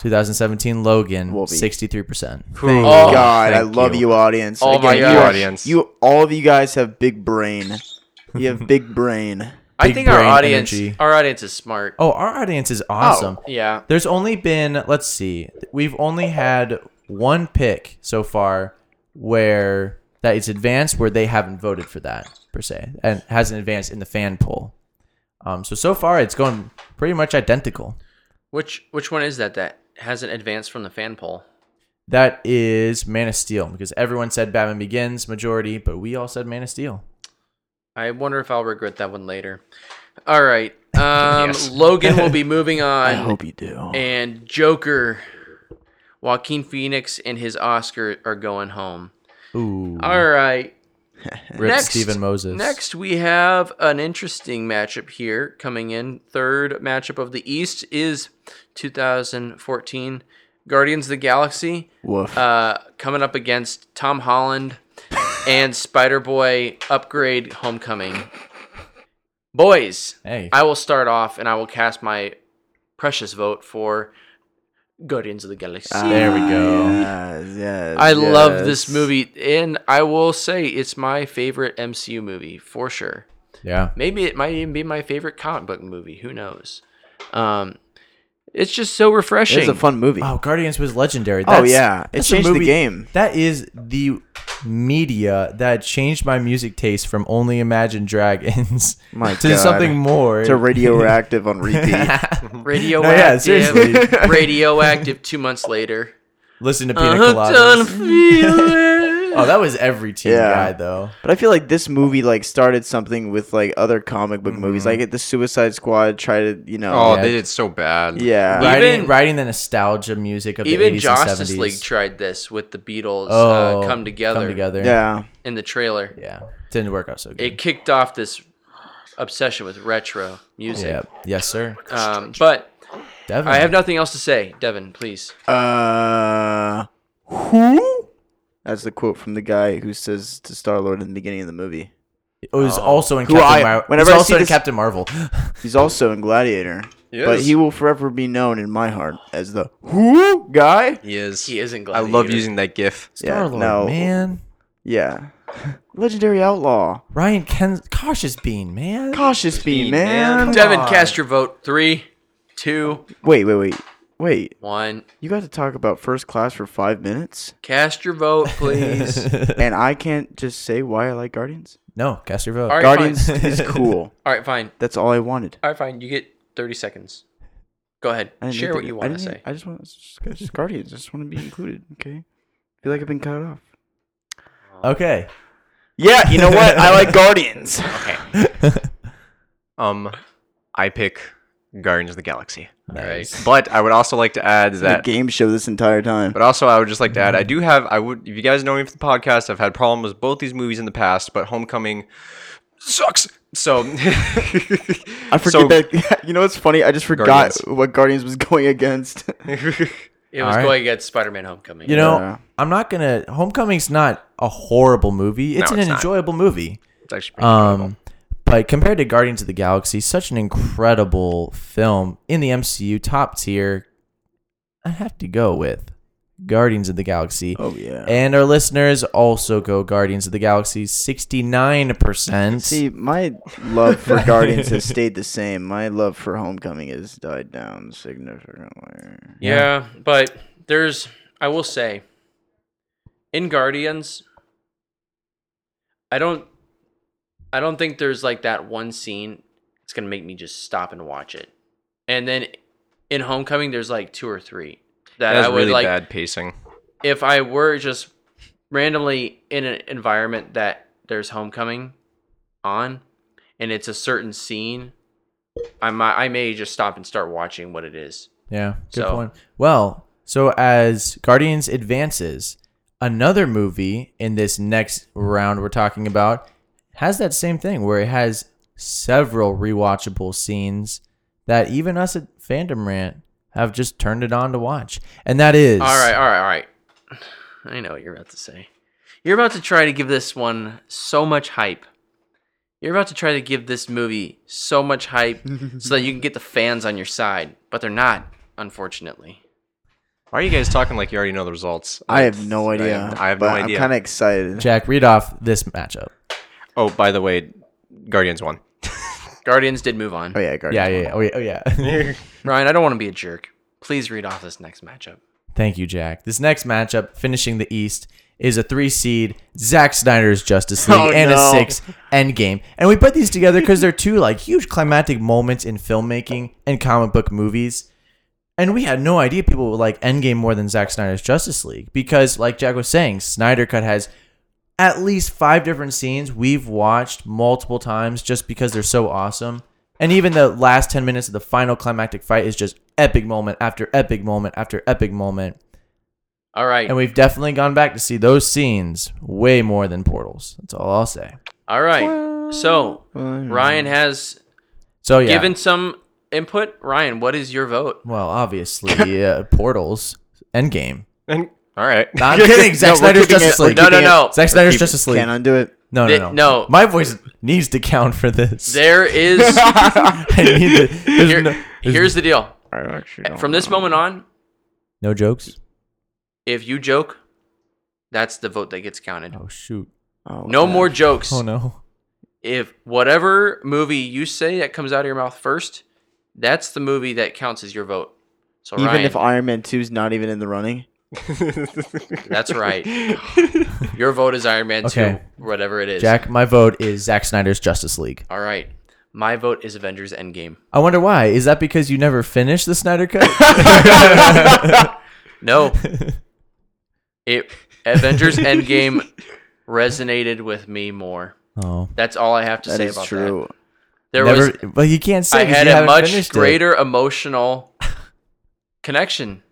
Speaker 2: 2017 Logan,
Speaker 3: Will be.
Speaker 2: 63%.
Speaker 3: Thank
Speaker 1: Oh,
Speaker 3: God, I
Speaker 4: thank
Speaker 3: love
Speaker 4: you.
Speaker 3: you, audience.
Speaker 1: Oh my
Speaker 3: you
Speaker 1: God.
Speaker 3: are-
Speaker 4: Audience.
Speaker 3: you all of you guys have big brain. You have big brain.
Speaker 1: I
Speaker 2: Big
Speaker 1: think our
Speaker 2: brain
Speaker 1: audience,
Speaker 2: energy.
Speaker 1: our audience is smart.
Speaker 2: Oh, our audience is awesome.
Speaker 1: Yeah,
Speaker 2: There's only been, let's see, we've only had one pick so far where that is advanced, where they haven't voted for that per se, and hasn't advanced in the fan poll. Um, so so far, it's going pretty much identical.
Speaker 1: which which one is that that hasn't advanced from the fan poll?
Speaker 2: That is Man of Steel because everyone said Batman Begins majority, but we all said Man of Steel.
Speaker 1: I wonder if I'll regret that one later. All right. Um,
Speaker 4: Yes.
Speaker 1: Logan will be moving
Speaker 3: I
Speaker 1: on.
Speaker 3: hope you do.
Speaker 1: and Joker, Joaquin Phoenix, and his Oscar are going home.
Speaker 2: Ooh.
Speaker 3: Mm.
Speaker 1: All right.
Speaker 2: Rip
Speaker 1: next-
Speaker 2: Steven Moses.
Speaker 1: Next, we have an interesting matchup here coming in. Third matchup of the East is 2014 Guardians of the Galaxy
Speaker 3: Woof.
Speaker 1: uh, coming up against Tom Holland and Spider Boy Upgrade Homecoming. Boys,
Speaker 2: Hey.
Speaker 1: I will start off and I will cast my precious vote for Guardians of the Galaxy.
Speaker 2: Ah, there we go.
Speaker 3: Yes, yes,
Speaker 1: I love this
Speaker 3: yes.
Speaker 1: movie, and I will say it's my favorite MCU movie for sure.
Speaker 2: yeah.
Speaker 1: Maybe it might even be my favorite comic book movie. Who knows? Um, it's just so refreshing.
Speaker 3: It's a fun movie.
Speaker 2: Wow, Guardians was legendary.
Speaker 3: Oh,
Speaker 2: That's,
Speaker 3: yeah. It
Speaker 2: that's a
Speaker 3: changed the
Speaker 2: movie-
Speaker 3: game.
Speaker 2: That is the media that changed my music taste from only Imagine Dragons
Speaker 3: My
Speaker 2: to
Speaker 3: God.
Speaker 2: something more.
Speaker 3: To radioactive on repeat.
Speaker 1: radioactive.
Speaker 2: seriously.
Speaker 1: radioactive. Two months later.
Speaker 2: Listen to Pina
Speaker 1: Uh, don't
Speaker 2: Coladas.
Speaker 1: feel it.
Speaker 2: Oh, that was every teen
Speaker 3: Yeah.
Speaker 2: guy though.
Speaker 3: But I feel like this movie like started something with like other comic book movies, like the Suicide Squad tried to, you know,
Speaker 4: Oh,
Speaker 2: yeah.
Speaker 4: they did so bad.
Speaker 3: yeah,
Speaker 1: Right.
Speaker 2: Writing,
Speaker 1: Even-
Speaker 2: writing the nostalgia music of the
Speaker 1: Even
Speaker 2: 80s
Speaker 1: Justice
Speaker 2: and 70s.
Speaker 1: League tried this with the Beatles
Speaker 2: oh,
Speaker 1: uh, come, together
Speaker 2: Come together.
Speaker 3: yeah.
Speaker 1: in the trailer.
Speaker 2: Yeah. Didn't work out so good.
Speaker 1: It kicked off this obsession with retro music.
Speaker 2: yeah. Yes, sir.
Speaker 1: Um, but
Speaker 2: Definitely.
Speaker 1: I have nothing else to say. Devin, please.
Speaker 3: Uh, who? That's the quote from the guy who says to Star Lord in the beginning of the movie.
Speaker 2: It was also in
Speaker 3: Oh. Who
Speaker 2: Captain
Speaker 3: I-
Speaker 2: Marvel.
Speaker 3: whenever I
Speaker 2: also
Speaker 3: see
Speaker 2: in
Speaker 3: this-
Speaker 2: Captain Marvel.
Speaker 3: He's also in Gladiator,
Speaker 4: He
Speaker 3: but
Speaker 4: is.
Speaker 3: he will forever be known in my heart as the who guy.
Speaker 4: He is.
Speaker 1: He isn't
Speaker 4: I
Speaker 1: glad.
Speaker 4: love using that GIF.
Speaker 3: Yeah,
Speaker 2: Star Lord,
Speaker 3: no.
Speaker 2: man.
Speaker 3: Yeah, legendary outlaw,
Speaker 2: Ryan Ken cautious bean, man.
Speaker 3: cautious bean
Speaker 4: Bean,
Speaker 3: man.
Speaker 4: man.
Speaker 1: Devin,
Speaker 2: on.
Speaker 1: cast your vote. Three, two,
Speaker 3: Wait, wait, wait, wait.
Speaker 1: one.
Speaker 3: You got to talk about first class for five minutes,
Speaker 1: Cast your vote, please.
Speaker 3: and I can't just say why I like Guardians.
Speaker 2: no, cast your vote.
Speaker 1: All right,
Speaker 3: Guardians
Speaker 1: fine.
Speaker 3: is cool.
Speaker 1: All right, fine.
Speaker 3: That's all I wanted.
Speaker 1: All right, fine. You get 30 seconds. Go ahead.
Speaker 3: I didn't
Speaker 1: Share
Speaker 3: need
Speaker 1: what
Speaker 3: to-
Speaker 1: you
Speaker 3: I
Speaker 1: want to
Speaker 3: didn't need-
Speaker 1: say.
Speaker 3: I just want just, just Guardians. I just want to be included. Okay. feel like I've been cut off.
Speaker 2: Okay.
Speaker 3: Yeah, you know what? I like Guardians.
Speaker 4: Um, I pick Guardians of the Galaxy.
Speaker 1: All right.
Speaker 4: But I would also like to add
Speaker 3: That
Speaker 4: that.
Speaker 3: game show this entire time.
Speaker 4: But also, I would just like to add, I do have. I would. If you guys know me from the podcast, I've had problems with both these movies in the past, but Homecoming sucks. So
Speaker 3: I forget
Speaker 4: so-
Speaker 3: that. You know what's funny? I just forgot
Speaker 4: Guardians.
Speaker 3: what Guardians was going against.
Speaker 1: It was
Speaker 2: All right.
Speaker 1: going against Spider Man Homecoming.
Speaker 2: You know,
Speaker 3: Yeah.
Speaker 2: I'm not gonna Homecoming's not a horrible movie. It's
Speaker 4: No,
Speaker 2: an
Speaker 4: it's not.
Speaker 2: enjoyable movie.
Speaker 4: it's actually pretty
Speaker 2: Um but compared to Guardians of the Galaxy, such an incredible film in the MCU, top tier. I have to go with Guardians of the Galaxy.
Speaker 3: oh yeah.
Speaker 2: And our listeners also go Guardians of the Galaxy 69%.
Speaker 3: See, my love for Guardians has stayed the same. My love for Homecoming has died down significantly.
Speaker 1: yeah. but there's, I will say, in Guardians, I don't. I don't think there's like that one scene it's gonna make me just stop and watch it. And then in Homecoming, there's like two or three that,
Speaker 4: That's
Speaker 1: I would
Speaker 4: really
Speaker 1: like
Speaker 4: bad pacing.
Speaker 1: if I were just randomly in an environment that there's homecoming on and it's a certain scene, I might I may just stop and start watching what it is.
Speaker 2: Yeah, good
Speaker 1: So-
Speaker 2: point. Well, so as Guardians advances, another movie in this next round we're talking about has that same thing where it has several rewatchable scenes that even us at Fandom Rant have just turned it on to watch. And that is
Speaker 1: All right, all right, all right. I know what you're about to say. You're about to try to give this one so much hype. You're about to try to give this movie so much hype so that you can get the fans on your side, but they're not, unfortunately.
Speaker 4: Why are you guys talking like you already know the results?
Speaker 3: I have no idea.
Speaker 4: I have, I have no
Speaker 3: but
Speaker 4: idea.
Speaker 3: I'm kind of excited.
Speaker 2: Jack, read off this matchup.
Speaker 4: Oh, by the way, Guardians won.
Speaker 1: Guardians did move on.
Speaker 3: oh yeah,
Speaker 2: Yeah,
Speaker 3: Guardians.
Speaker 2: yeah, yeah. Oh yeah, oh yeah.
Speaker 1: Ryan, I don't want to be a jerk. Please read off this next matchup.
Speaker 2: Thank you, Jack. This next matchup, finishing the East, is a three seed Zack Snyder's Justice League
Speaker 3: Oh,
Speaker 2: and
Speaker 3: no.
Speaker 2: a six Endgame, and we put these together because they're two like huge climactic moments in filmmaking and comic book movies. And we had no idea people would like Endgame more than Zack Snyder's Justice League because, like Jack was saying, Snyder Cut has at least five different scenes we've watched multiple times just because they're so awesome. And even the last 10 minutes of the final climactic fight is just epic moment after epic moment after epic moment.
Speaker 1: All right.
Speaker 2: And we've definitely gone back to see those scenes way more than Portals. That's all I'll say.
Speaker 1: All right. So Ryan has
Speaker 2: So, yeah.
Speaker 1: given some input. Ryan, what is your vote?
Speaker 2: well, obviously, uh, Portals, Endgame.
Speaker 4: And all right.
Speaker 2: No, I'm kidding. Zack
Speaker 3: we're
Speaker 2: Snyder's
Speaker 3: keeping it-
Speaker 2: Justice
Speaker 3: we're
Speaker 2: League.
Speaker 1: No, no,
Speaker 3: keeping it-
Speaker 1: no.
Speaker 2: Zack Snyder's Justice League.
Speaker 3: Can't undo it.
Speaker 2: No,
Speaker 1: Th-
Speaker 2: no, no.
Speaker 1: no.
Speaker 2: My voice needs to count for this.
Speaker 1: There is
Speaker 2: I need to, there's
Speaker 1: here,
Speaker 2: no, there's
Speaker 1: here's the deal.
Speaker 3: I actually don't
Speaker 1: From this
Speaker 3: know.
Speaker 1: moment on,
Speaker 2: no jokes.
Speaker 1: if you joke, that's the vote that gets counted.
Speaker 2: Oh shoot.
Speaker 3: Oh,
Speaker 1: No
Speaker 3: yeah.
Speaker 1: more jokes.
Speaker 2: Oh no.
Speaker 1: If whatever movie you say that comes out of your mouth first, that's the movie that counts as your vote. So
Speaker 3: Even
Speaker 1: Ryan,
Speaker 3: if Iron Man 2 is not even in the running.
Speaker 1: that's right. your vote is Iron Man
Speaker 2: Okay.
Speaker 1: 2, whatever it is.
Speaker 2: Jack, my vote is Zack Snyder's Justice League.
Speaker 1: All right. My vote is Avengers Endgame.
Speaker 2: I wonder why. Is that because you never finished the Snyder Cut?
Speaker 1: No. it Avengers Endgame resonated with me more.
Speaker 2: oh,
Speaker 1: That's all I have to
Speaker 3: That
Speaker 1: say
Speaker 3: is
Speaker 1: about that.
Speaker 3: true.
Speaker 1: There was
Speaker 2: never. but you can't say
Speaker 1: I
Speaker 2: 'cause you
Speaker 1: had a
Speaker 2: haven't
Speaker 1: much
Speaker 2: finished it.
Speaker 1: greater emotional connection.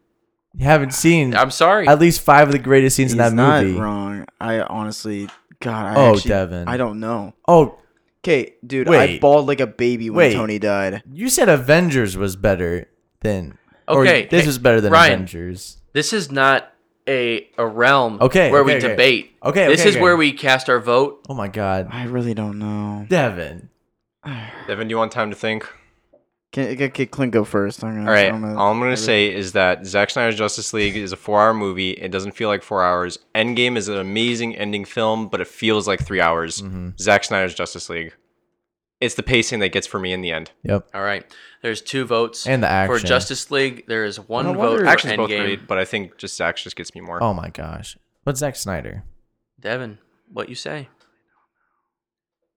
Speaker 2: You haven't seen
Speaker 1: I'm sorry.
Speaker 2: at least five of the greatest scenes in
Speaker 3: He's
Speaker 2: that
Speaker 3: not
Speaker 2: movie.
Speaker 3: wrong. I honestly, God, I
Speaker 2: Oh,
Speaker 3: actually-
Speaker 2: Devin.
Speaker 3: I don't know.
Speaker 2: Oh,
Speaker 3: Okay, dude, I
Speaker 2: Wait.
Speaker 3: bawled like a baby when
Speaker 2: Wait.
Speaker 3: Tony died.
Speaker 2: you said Avengers was better than. or
Speaker 1: Okay,
Speaker 2: this
Speaker 1: hey,
Speaker 2: was better than
Speaker 1: Ryan.
Speaker 2: Avengers.
Speaker 1: this is not a a realm
Speaker 2: Okay,
Speaker 1: where we
Speaker 2: okay, okay.
Speaker 1: debate.
Speaker 2: Okay,
Speaker 1: This
Speaker 2: okay,
Speaker 1: is
Speaker 2: okay.
Speaker 1: where we cast our vote.
Speaker 2: Oh my God,
Speaker 3: I really don't know.
Speaker 2: Devin.
Speaker 4: Devin, do you want time to think?
Speaker 3: Can, can, can Clint go first? I'm gonna,
Speaker 4: All right.
Speaker 3: I'm gonna-
Speaker 4: all I'm gonna say is that Zack Snyder's Justice League is a four-hour movie. It doesn't feel like four hours. Endgame is an amazing ending film, but it feels like three hours.
Speaker 2: Mm-hmm.
Speaker 4: Zack Snyder's Justice League. It's the pacing that gets for me in the end.
Speaker 2: Yep.
Speaker 1: All right. There's two votes
Speaker 2: And the action.
Speaker 1: for Justice League. There is one
Speaker 4: No
Speaker 1: vote
Speaker 4: wonder
Speaker 1: for
Speaker 4: Action's both
Speaker 1: Endgame.
Speaker 4: great, but I think just Zack just gets me more.
Speaker 2: Oh my gosh. What's Zack Snyder?
Speaker 1: Devin, what you say?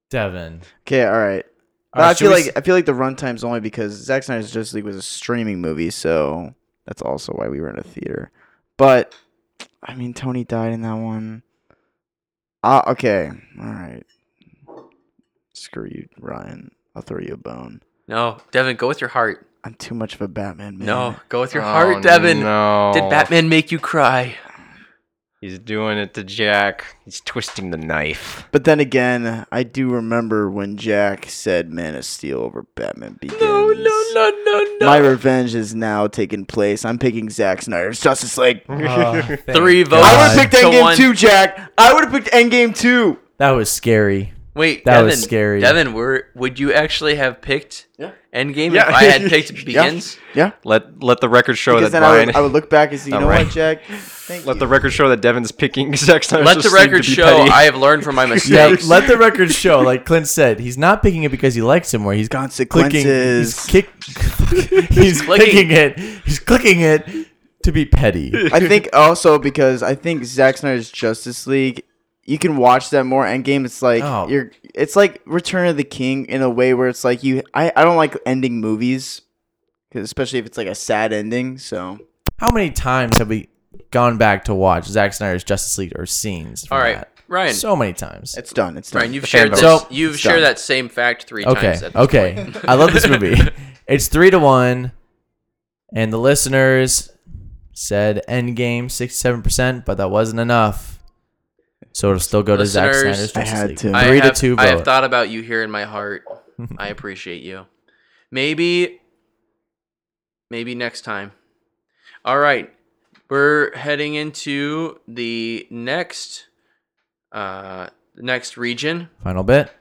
Speaker 2: Devin.
Speaker 3: Okay, all right. But
Speaker 2: Uh,
Speaker 3: I
Speaker 2: should
Speaker 3: feel
Speaker 2: we
Speaker 3: like
Speaker 2: s-
Speaker 3: I feel like the runtime's only because Zack Snyder's Justice League was a streaming movie, so that's also why we were in a theater. But I mean, Tony died in that one. Ah, okay, all right. Screw you, Ryan. I'll throw you a bone.
Speaker 1: No, Devin, go with your heart.
Speaker 3: I'm too much of a Batman man.
Speaker 1: No, go with your
Speaker 4: Oh,
Speaker 1: heart, Devin.
Speaker 4: No.
Speaker 1: Did Batman make you cry?
Speaker 4: He's doing it to Jack. He's twisting the knife.
Speaker 3: But then again, I do remember when Jack said "Man of Steel" over Batman Begins.
Speaker 2: Oh,
Speaker 1: No, no, no, no, no.
Speaker 3: My revenge is now taking place. I'm picking Zack Snyder's Justice League.
Speaker 1: Three votes.
Speaker 3: I would have
Speaker 2: Oh, God.
Speaker 3: picked
Speaker 1: to
Speaker 3: Endgame
Speaker 1: one.
Speaker 3: 2, Jack. I would have picked Endgame 2.
Speaker 2: That was scary.
Speaker 1: Wait,
Speaker 2: That
Speaker 1: Devin,
Speaker 2: was scary.
Speaker 1: Devin, were, would you actually have picked
Speaker 3: Yeah.
Speaker 1: Endgame
Speaker 4: Yeah.
Speaker 1: if I had picked Begins?
Speaker 3: Yeah.
Speaker 4: Let let the record show
Speaker 3: Because
Speaker 4: that
Speaker 3: then I
Speaker 4: Brian.
Speaker 3: would, I would look back and see, you
Speaker 4: All
Speaker 3: know
Speaker 4: right.
Speaker 3: what, Jack? Thank
Speaker 4: let
Speaker 3: you.
Speaker 4: the record show that Devin's picking Zack Snyder's
Speaker 1: Let the
Speaker 4: Justice League to
Speaker 1: record
Speaker 4: be
Speaker 1: show
Speaker 4: petty.
Speaker 1: I have learned from my
Speaker 2: Yeah,
Speaker 1: mistakes.
Speaker 2: let the record show. Like Clint said, he's not picking it because he likes him. Where he's clicking, he's
Speaker 3: Consequences.
Speaker 2: kick, he's
Speaker 1: Clicking.
Speaker 2: clicking it, he's clicking it to be petty.
Speaker 3: I think also because I think Zack Snyder's Justice League, you can watch that more. Endgame, it's like
Speaker 2: Oh.
Speaker 3: you're, it's like Return of the King in a way where it's like you. I, I don't like ending movies, 'cause especially if it's like a sad ending. So
Speaker 2: How many times have we gone back to watch Zack Snyder's Justice League or scenes? from
Speaker 1: All right,
Speaker 2: that?
Speaker 1: Ryan.
Speaker 2: so many times.
Speaker 3: it's done. It's done.
Speaker 1: Ryan, you've
Speaker 4: fan
Speaker 1: shared this,
Speaker 4: votes.
Speaker 2: So-
Speaker 1: you've
Speaker 3: It's
Speaker 1: shared
Speaker 3: done.
Speaker 1: that same fact three
Speaker 2: Okay,
Speaker 1: times. at this point.
Speaker 2: okay, I love this movie. It's three to one, and the listeners said Endgame sixty-seven percent, but that wasn't enough. So it'll still go to Zack
Speaker 1: Listeners,
Speaker 2: Snyder's
Speaker 3: I
Speaker 2: Justice
Speaker 3: had
Speaker 2: League.
Speaker 3: to.
Speaker 2: Three
Speaker 1: I
Speaker 2: to
Speaker 1: have,
Speaker 2: two vote.
Speaker 1: I have thought about you here in my heart. I appreciate you. Maybe, maybe next time. All right, we're heading into the next, uh, next region.
Speaker 2: Final bit.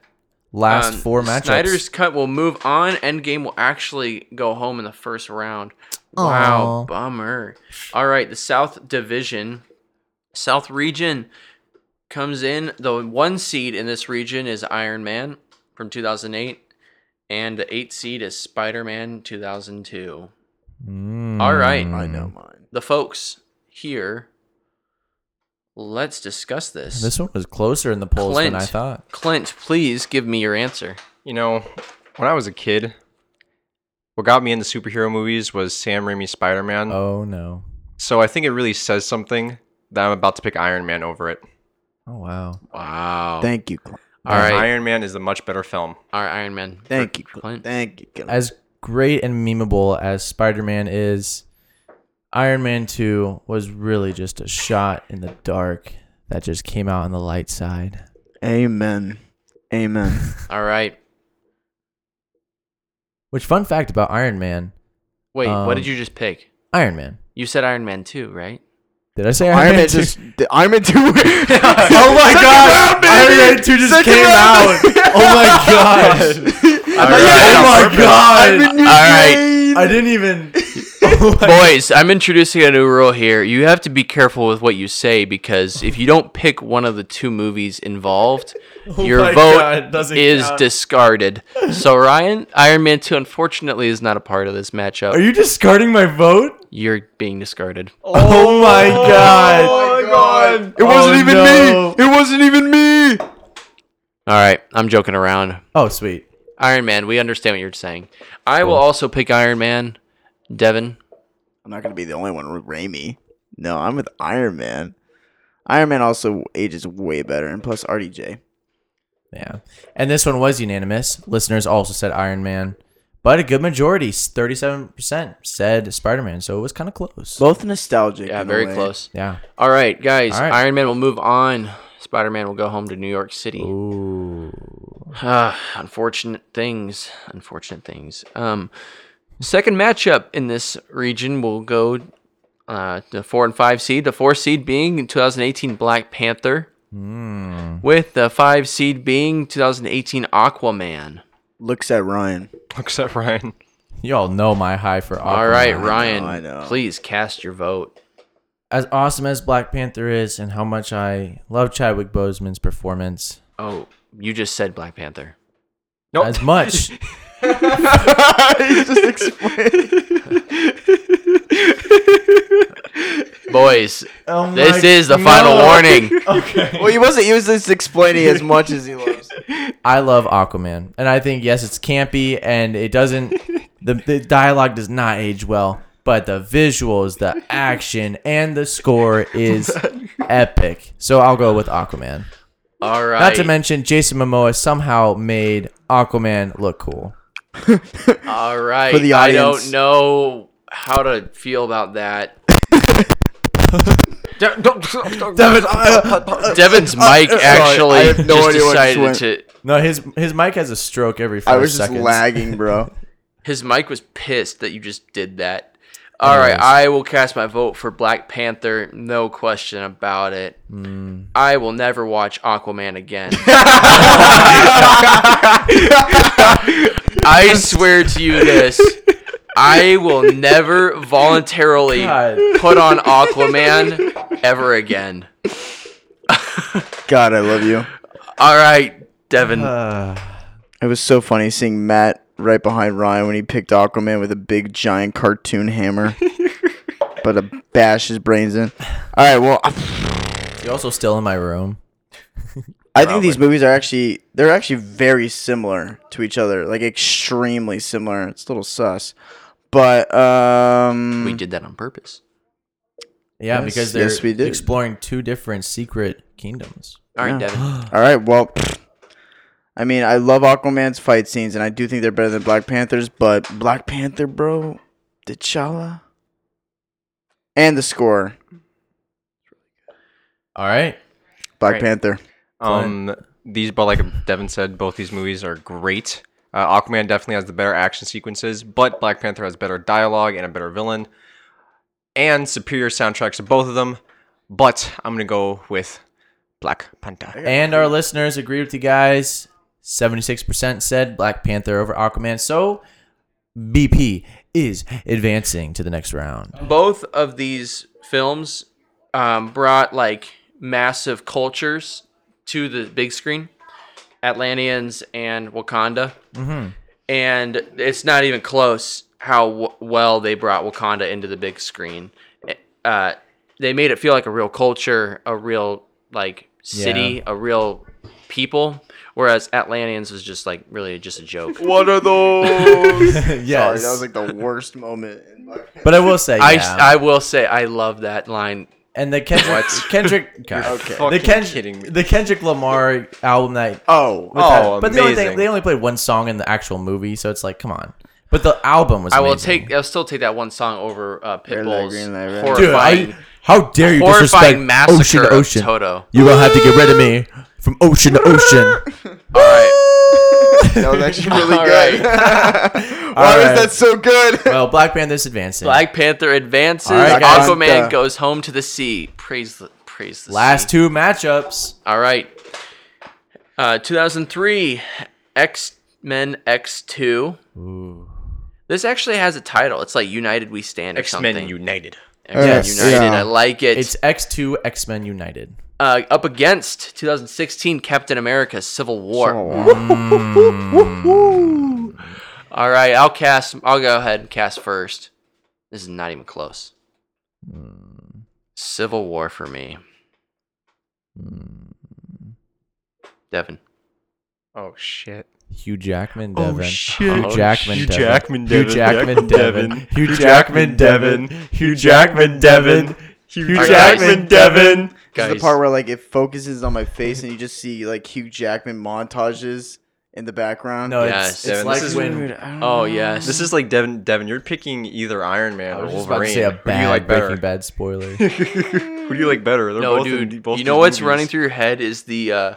Speaker 2: Last
Speaker 1: Um,
Speaker 2: four matchups.
Speaker 1: Snyder's cut will move on. Endgame will actually go home in the first round. Wow,
Speaker 2: Aw.
Speaker 1: bummer. All right, the South Division, South Region comes in. The one seed in this region is Iron Man from 2008, and the eight seed is Spider Man 2002.
Speaker 2: Mm.
Speaker 1: All right.
Speaker 3: I know mine.
Speaker 1: The folks here, let's discuss this.
Speaker 2: This one was closer in the polls
Speaker 1: Clint,
Speaker 2: than I thought.
Speaker 1: Clint, please give me your answer.
Speaker 4: You know, when I was a kid, what got me into superhero movies was Sam Raimi's Spider Man.
Speaker 2: Oh no.
Speaker 4: So I think it really says something that I'm about to pick Iron Man over it.
Speaker 2: Oh wow.
Speaker 1: Wow.
Speaker 3: Thank you, Clint.
Speaker 1: All right.
Speaker 4: Iron Man is the much better film.
Speaker 1: Our Iron Man.
Speaker 3: Thank you,
Speaker 1: Clint.
Speaker 3: Clint. Thank you, Clint.
Speaker 2: As great and memeable as Spider-Man is, Iron Man 2 was really just a shot in the dark that just came out on the light side.
Speaker 3: Amen. Amen.
Speaker 1: All right.
Speaker 2: Which fun fact about Iron Man?
Speaker 1: Wait, what did
Speaker 2: Um,
Speaker 1: you just pick?
Speaker 2: Iron Man.
Speaker 1: You said Iron Man 2, right?
Speaker 2: Did I say Iron,
Speaker 3: Iron Man
Speaker 2: 2?
Speaker 3: just the Iron Man two. oh
Speaker 2: Oh my god! Iron Man 2 just came out. Oh my gosh. Oh my
Speaker 3: I'm
Speaker 2: god.
Speaker 3: in your brain.
Speaker 2: I didn't even Oh my-
Speaker 1: Boys, I'm introducing a new rule here. You have to be careful with what you say because if you don't pick one of the two movies involved, your
Speaker 2: Oh my
Speaker 1: vote
Speaker 2: God, doesn't
Speaker 1: is
Speaker 2: count.
Speaker 1: discarded. So Ryan, Iron Man 2 unfortunately is not a part of this matchup.
Speaker 2: Are you discarding my vote?
Speaker 1: You- are being discarded.
Speaker 2: Oh, my god.
Speaker 3: It wasn't
Speaker 2: Oh,
Speaker 3: even
Speaker 2: no.
Speaker 3: me. It wasn't even me.
Speaker 1: All right, I'm joking around.
Speaker 2: Oh sweet.
Speaker 1: Iron Man, we understand what you're saying. I will also pick Iron Man. Devin,
Speaker 3: I'm not gonna be the only one with Raimi. No, I'm with Iron Man. Iron Man also ages way better, and plus RDJ.
Speaker 2: Yeah. And this one was unanimous. Listeners also said Iron Man, but a good majority, 37%, said Spider Man. So it was kind of close.
Speaker 3: Both nostalgic.
Speaker 1: yeah,
Speaker 3: in a
Speaker 1: very
Speaker 3: way.
Speaker 1: close.
Speaker 2: yeah.
Speaker 1: All right, guys.
Speaker 2: All right.
Speaker 1: Iron Man will move on. Spider Man will go home to New York City.
Speaker 2: Ooh.
Speaker 1: Ah, unfortunate things. Unfortunate things. Um, second matchup in this region will go uh, the four and five seed. The four seed being 2018 Black Panther,
Speaker 2: Hmm.
Speaker 1: with the five seed being 2018 Aquaman.
Speaker 3: Looks at Ryan.
Speaker 4: Looks at Ryan.
Speaker 2: You all know my high for Aquaman.
Speaker 1: All right, Ryan,
Speaker 3: Oh, I know.
Speaker 1: please cast your vote.
Speaker 2: As awesome as Black Panther is, and how much I love Chadwick Boseman's performance,
Speaker 1: Oh, you just said Black Panther.
Speaker 4: Nope.
Speaker 2: as much
Speaker 3: Just explain.
Speaker 1: Boys,
Speaker 2: Oh my-
Speaker 1: this is the final
Speaker 2: no.
Speaker 1: warning.
Speaker 3: well, he wasn't. He was just explaining as much as he loves.
Speaker 2: I love Aquaman, and I think yes, it's campy, and it doesn't. The, the dialogue does not age well, but the visuals, the action, and the score is epic. So I'll go with Aquaman.
Speaker 1: All right.
Speaker 2: Not to mention, Jason Momoa somehow made Aquaman look cool.
Speaker 1: All right.
Speaker 3: the
Speaker 1: I
Speaker 3: audience.
Speaker 1: don't know how to feel about that. Devin's mic actually
Speaker 3: uh, have no
Speaker 1: just
Speaker 3: idea what
Speaker 1: decided
Speaker 3: just
Speaker 1: to.
Speaker 2: No, his his mic has a stroke every five
Speaker 3: I was just
Speaker 2: seconds.
Speaker 3: lagging, bro.
Speaker 1: His mic was pissed that you just did that. All right, I will cast my vote for Black Panther. No question about it.
Speaker 2: Hmm.
Speaker 1: I will never watch Aquaman again. I swear to you this. I will never voluntarily
Speaker 2: God.
Speaker 1: put on Aquaman ever again.
Speaker 3: God, I love you.
Speaker 1: All right, Devin.
Speaker 2: Uh,
Speaker 3: It was so funny seeing Matt right behind Ryan when he picked Aquaman with a big giant cartoon hammer. but a bash his brains in. All right, well, I
Speaker 2: you're also still in my room.
Speaker 3: I think these movies are actually they're actually very similar to each other, like extremely similar. It's a little sus. But um
Speaker 1: we did that on purpose.
Speaker 2: Yeah,
Speaker 3: Yes,
Speaker 2: because they're
Speaker 3: yes, we did.
Speaker 2: exploring two different secret kingdoms.
Speaker 1: All right,
Speaker 3: Yeah.
Speaker 1: Devin.
Speaker 3: All right. Well, pfft. I mean, I love Aquaman's fight scenes, and I do think they're better than Black Panther's. But Black Panther, bro, T'Challa, and the score,
Speaker 2: All right.
Speaker 3: Black
Speaker 1: Right.
Speaker 3: Panther.
Speaker 4: Um, these, but like Devin said, both these movies are great. Uh, Aquaman definitely has the better action sequences, but Black Panther has better dialogue and a better villain, and superior soundtracks to both of them. But I'm gonna go with Black Panther.
Speaker 2: And our listeners agree with you guys. 76% said Black Panther over Aquaman. So BP is advancing to the next round.
Speaker 1: both of these films um, brought like massive cultures to the big screen atlanteans and wakanda and it's not even close how w- well they brought wakanda into the big screen uh, they made it feel like a real culture a real like city a real people whereas atlanteans was just like really just a joke
Speaker 3: What are those?
Speaker 2: yes.
Speaker 3: that was like the worst moment. In Black Panther.
Speaker 2: but I will say, yeah,
Speaker 1: I, I will say I love that line
Speaker 2: And the Kendrick, Kendrick, God. the Kendrick,
Speaker 4: kidding me.
Speaker 2: the Kendrick Lamar album that.
Speaker 3: Oh,
Speaker 2: with that-
Speaker 4: Oh,
Speaker 2: but the only thing,
Speaker 4: amazing.
Speaker 2: they only played one song in the actual movie, so it's like, come on. But the album was.
Speaker 1: I will
Speaker 2: amazing.
Speaker 1: take. I'll still take that one song over uh,
Speaker 3: Red light, green light,
Speaker 1: Pitbull's
Speaker 3: red
Speaker 2: Dude,
Speaker 1: horrifying,
Speaker 2: I, how dare you disrespect
Speaker 1: horrifying massacre
Speaker 2: ocean to ocean?
Speaker 1: of Toto.
Speaker 2: You're gonna have to get rid of me from ocean to ocean.
Speaker 1: All right.
Speaker 3: that was actually really
Speaker 1: All
Speaker 3: good. Why
Speaker 2: right.
Speaker 3: was that so good?
Speaker 2: well, Black Panther's advancing.
Speaker 1: Black Panther advances.
Speaker 2: All right, guys.
Speaker 1: Aquaman
Speaker 3: Wakanda.
Speaker 1: goes home to the sea. Praise the praise the sea.
Speaker 2: Last two matchups.
Speaker 1: All right. Uh, 2003, X Men X2. This actually has a title. It's like United We Stand or
Speaker 4: X Men
Speaker 1: something.
Speaker 4: United.
Speaker 1: X-Men
Speaker 3: Yes,
Speaker 1: United.
Speaker 3: yeah.
Speaker 1: I like it.
Speaker 2: It's X2 X Men United.
Speaker 1: uh, up against 2016 Captain America Civil War.
Speaker 3: Oh,
Speaker 1: All right, I'll cast. I'll go ahead and cast first. This is not even close. Civil War for me. Devin.
Speaker 4: Oh shit.
Speaker 2: Hugh Jackman Devin.
Speaker 4: shit.
Speaker 2: Hugh Jackman
Speaker 4: Hugh
Speaker 2: Devin.
Speaker 4: Jackman
Speaker 2: Hugh
Speaker 4: Devin.
Speaker 2: Jackman
Speaker 4: Jackman
Speaker 2: Devin.
Speaker 4: Devin.
Speaker 2: Hugh Jackman Devin. Hugh Jackman Devin.
Speaker 4: Hugh
Speaker 1: Alright,
Speaker 4: Jackman Devin.
Speaker 3: This
Speaker 1: Guys,
Speaker 3: is the part where like it focuses on my face and you just see like Hugh Jackman montages in the background.
Speaker 2: No,
Speaker 1: Yes,
Speaker 2: Uh, it's,
Speaker 4: Devin,
Speaker 2: it's like
Speaker 4: this is-
Speaker 2: when
Speaker 1: oh yes,
Speaker 4: This is like Devin. Devin, you're picking either Iron Man
Speaker 2: I
Speaker 4: or
Speaker 2: was just about to
Speaker 4: Wolverine.
Speaker 2: say a
Speaker 4: Who do you
Speaker 2: bad
Speaker 4: like
Speaker 2: Breaking
Speaker 4: better?
Speaker 2: Bad spoiler.
Speaker 4: Who do you like better? They're
Speaker 1: no
Speaker 4: both
Speaker 1: dude.
Speaker 4: In, both
Speaker 1: you
Speaker 4: these
Speaker 1: know what's
Speaker 4: movies.
Speaker 1: running through your head is the uh,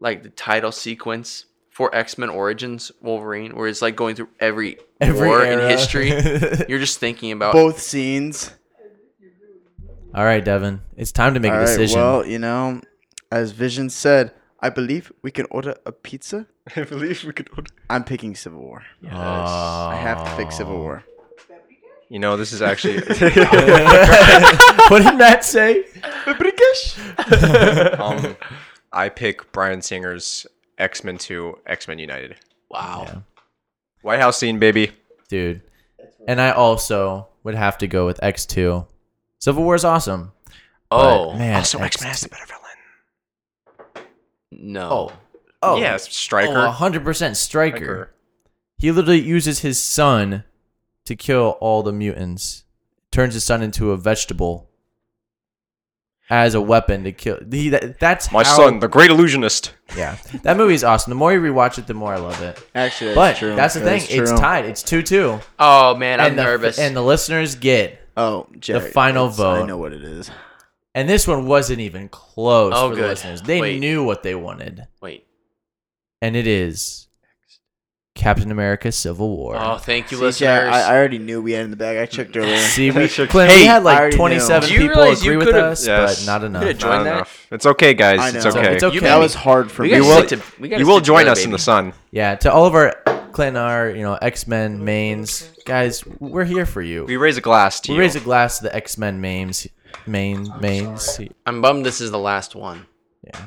Speaker 1: like the title sequence for X Men Origins Wolverine, where it's like going through every,
Speaker 2: Every
Speaker 1: war
Speaker 2: era.
Speaker 1: in history. You're just thinking about
Speaker 3: both scenes.
Speaker 2: All right, Devin. It's time to make
Speaker 3: All
Speaker 2: a
Speaker 3: right.
Speaker 2: decision.
Speaker 3: Well, you know, as Vision said, I believe we can order a pizza.
Speaker 4: I believe we could.
Speaker 3: I'm picking Civil War.
Speaker 1: Yes.
Speaker 2: Ah.
Speaker 3: I have to pick Civil War.
Speaker 4: You know, this is actually.
Speaker 2: what did Matt say?
Speaker 4: um, I pick Brian Singer's X Men Two, X Men United.
Speaker 1: Wow.
Speaker 4: White House scene, baby.
Speaker 2: dude. And I also would have to go with X2. Civil War is awesome.
Speaker 1: Oh
Speaker 2: but, man,
Speaker 4: X Men has the better villain.
Speaker 1: no.
Speaker 2: Oh,
Speaker 4: yes,
Speaker 2: oh,
Speaker 4: Striker.
Speaker 2: 100% Striker. He literally uses his son to kill all the mutants. Turns his son into a vegetable as a weapon to kill. He, that, that's
Speaker 4: My
Speaker 2: how-
Speaker 4: son, the Great Illusionist.
Speaker 2: Yeah, that movie is awesome. The more you rewatch it, the more I love it.
Speaker 3: Actually, that's
Speaker 2: but
Speaker 3: true.
Speaker 2: that's the thing;
Speaker 3: That is
Speaker 2: it's
Speaker 3: true.
Speaker 2: tied. It's two-two,
Speaker 1: Oh man, I'm
Speaker 2: and the
Speaker 1: nervous.
Speaker 2: and the listeners get.
Speaker 3: Oh, Jared,
Speaker 2: final
Speaker 3: it's- I
Speaker 2: vote.
Speaker 3: know what it is.
Speaker 2: And this one wasn't even close
Speaker 1: Oh,
Speaker 2: for the
Speaker 1: good.
Speaker 2: listeners. They
Speaker 1: Wait.
Speaker 2: knew what they wanted.
Speaker 1: Wait.
Speaker 2: and it is Captain America: Civil War.
Speaker 1: Oh, thank you,
Speaker 3: See,
Speaker 1: listeners.
Speaker 3: Jared, I, I already knew we had it in the bag. I checked earlier.
Speaker 2: See, we,
Speaker 4: Sure.
Speaker 2: Clint, we
Speaker 1: Hey,
Speaker 2: had
Speaker 3: I
Speaker 2: like
Speaker 3: already
Speaker 2: twenty-seven
Speaker 1: knew. Do you
Speaker 2: people
Speaker 1: realize
Speaker 2: agree
Speaker 1: you
Speaker 2: with
Speaker 1: could've-
Speaker 2: us,
Speaker 4: Yes.
Speaker 2: but not enough.
Speaker 1: could've-
Speaker 4: Not
Speaker 1: Join that?
Speaker 4: enough. It's okay,
Speaker 3: I
Speaker 4: guys.
Speaker 3: know.
Speaker 4: It's okay.
Speaker 2: It's okay.
Speaker 1: You
Speaker 3: That
Speaker 1: made
Speaker 3: was
Speaker 1: me-
Speaker 3: hard for
Speaker 1: We
Speaker 3: me.
Speaker 1: gotta
Speaker 4: You will-
Speaker 1: stick to- we gotta
Speaker 4: You will
Speaker 1: stick
Speaker 4: join
Speaker 1: together,
Speaker 4: us in
Speaker 1: baby.
Speaker 4: the sun.
Speaker 2: Yeah, to all of our Clint, our you know X-Men mains, guys, we're here for you.
Speaker 4: We raise a glass to
Speaker 2: We
Speaker 4: you.
Speaker 2: raise a glass to the X-Men mains, main mains.
Speaker 1: I'm bummed this is the last one.
Speaker 2: Yeah,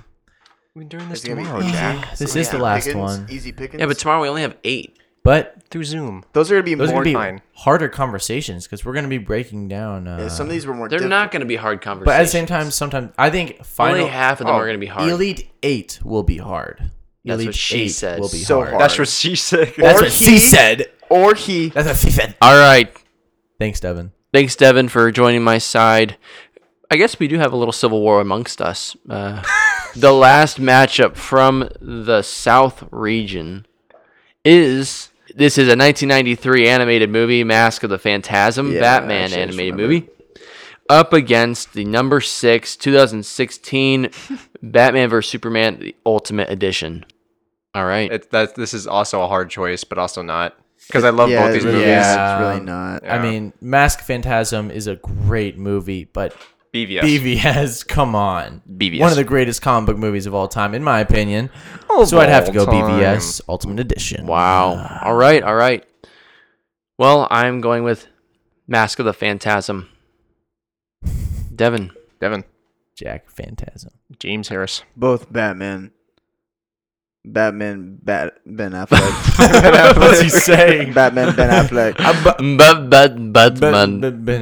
Speaker 4: We're doing this
Speaker 3: It's gonna be
Speaker 4: tomorrow,
Speaker 3: easy.
Speaker 4: Jack.
Speaker 2: this is the last
Speaker 3: Pickens,
Speaker 2: one,
Speaker 3: Easy pickings.
Speaker 1: Yeah, but tomorrow we only have eight.
Speaker 2: but
Speaker 4: Through Zoom.
Speaker 3: those are gonna be
Speaker 2: those are
Speaker 3: more.
Speaker 2: gonna be
Speaker 4: fine.
Speaker 2: harder conversations because we're gonna be breaking down. Uh,
Speaker 3: yeah, some of these were more.
Speaker 1: They're
Speaker 3: difficult.
Speaker 1: not going to be hard conversations.
Speaker 2: but at the same time, sometimes I think final
Speaker 1: only half of them
Speaker 4: oh,
Speaker 1: are going to be hard.
Speaker 2: Elite Eight will be hard.
Speaker 1: That's
Speaker 2: Elite
Speaker 1: what she
Speaker 2: Eight
Speaker 1: said.
Speaker 2: will be
Speaker 3: So
Speaker 2: hard.
Speaker 3: hard.
Speaker 4: That's what she said.
Speaker 2: That's
Speaker 3: Or
Speaker 2: what she
Speaker 3: he-
Speaker 2: said.
Speaker 3: Or he.
Speaker 2: That's what she said.
Speaker 1: All right.
Speaker 2: Thanks, Devin.
Speaker 1: Thanks, Devin, for joining my side. I guess we do have a little civil war amongst us. Uh, the last matchup from the South region is this is a 1993 animated movie, Mask of the Phantasm,
Speaker 3: Yeah,
Speaker 1: Batman
Speaker 3: actually, I just
Speaker 1: animated
Speaker 3: remembered.
Speaker 1: movie, up against the number six 2016 Batman vs Superman: The Ultimate Edition. All right,
Speaker 4: It, that this is also a hard choice, but also not because I love
Speaker 3: yeah,
Speaker 4: both these
Speaker 3: it really-
Speaker 4: movies.
Speaker 3: Yeah, it's really not.
Speaker 2: I mean, Mask Phantasm is a great movie, but
Speaker 4: BVS.
Speaker 2: BVS, come on.
Speaker 1: BVS.
Speaker 2: One of the greatest comic book movies of all time, in my opinion. so I'd have to go
Speaker 4: all Oh, time.
Speaker 2: BVS Ultimate Edition.
Speaker 1: Wow. All right. All right. Well, I'm going with Mask of the Phantasm. Devin.
Speaker 4: Devin,
Speaker 2: Jack Phantasm.
Speaker 4: James Harris.
Speaker 3: Both Batman. Batman, Bat, Ben Affleck.
Speaker 2: What's he saying?
Speaker 3: Batman, Ben Affleck.
Speaker 1: But but
Speaker 2: Batman.
Speaker 1: Batman.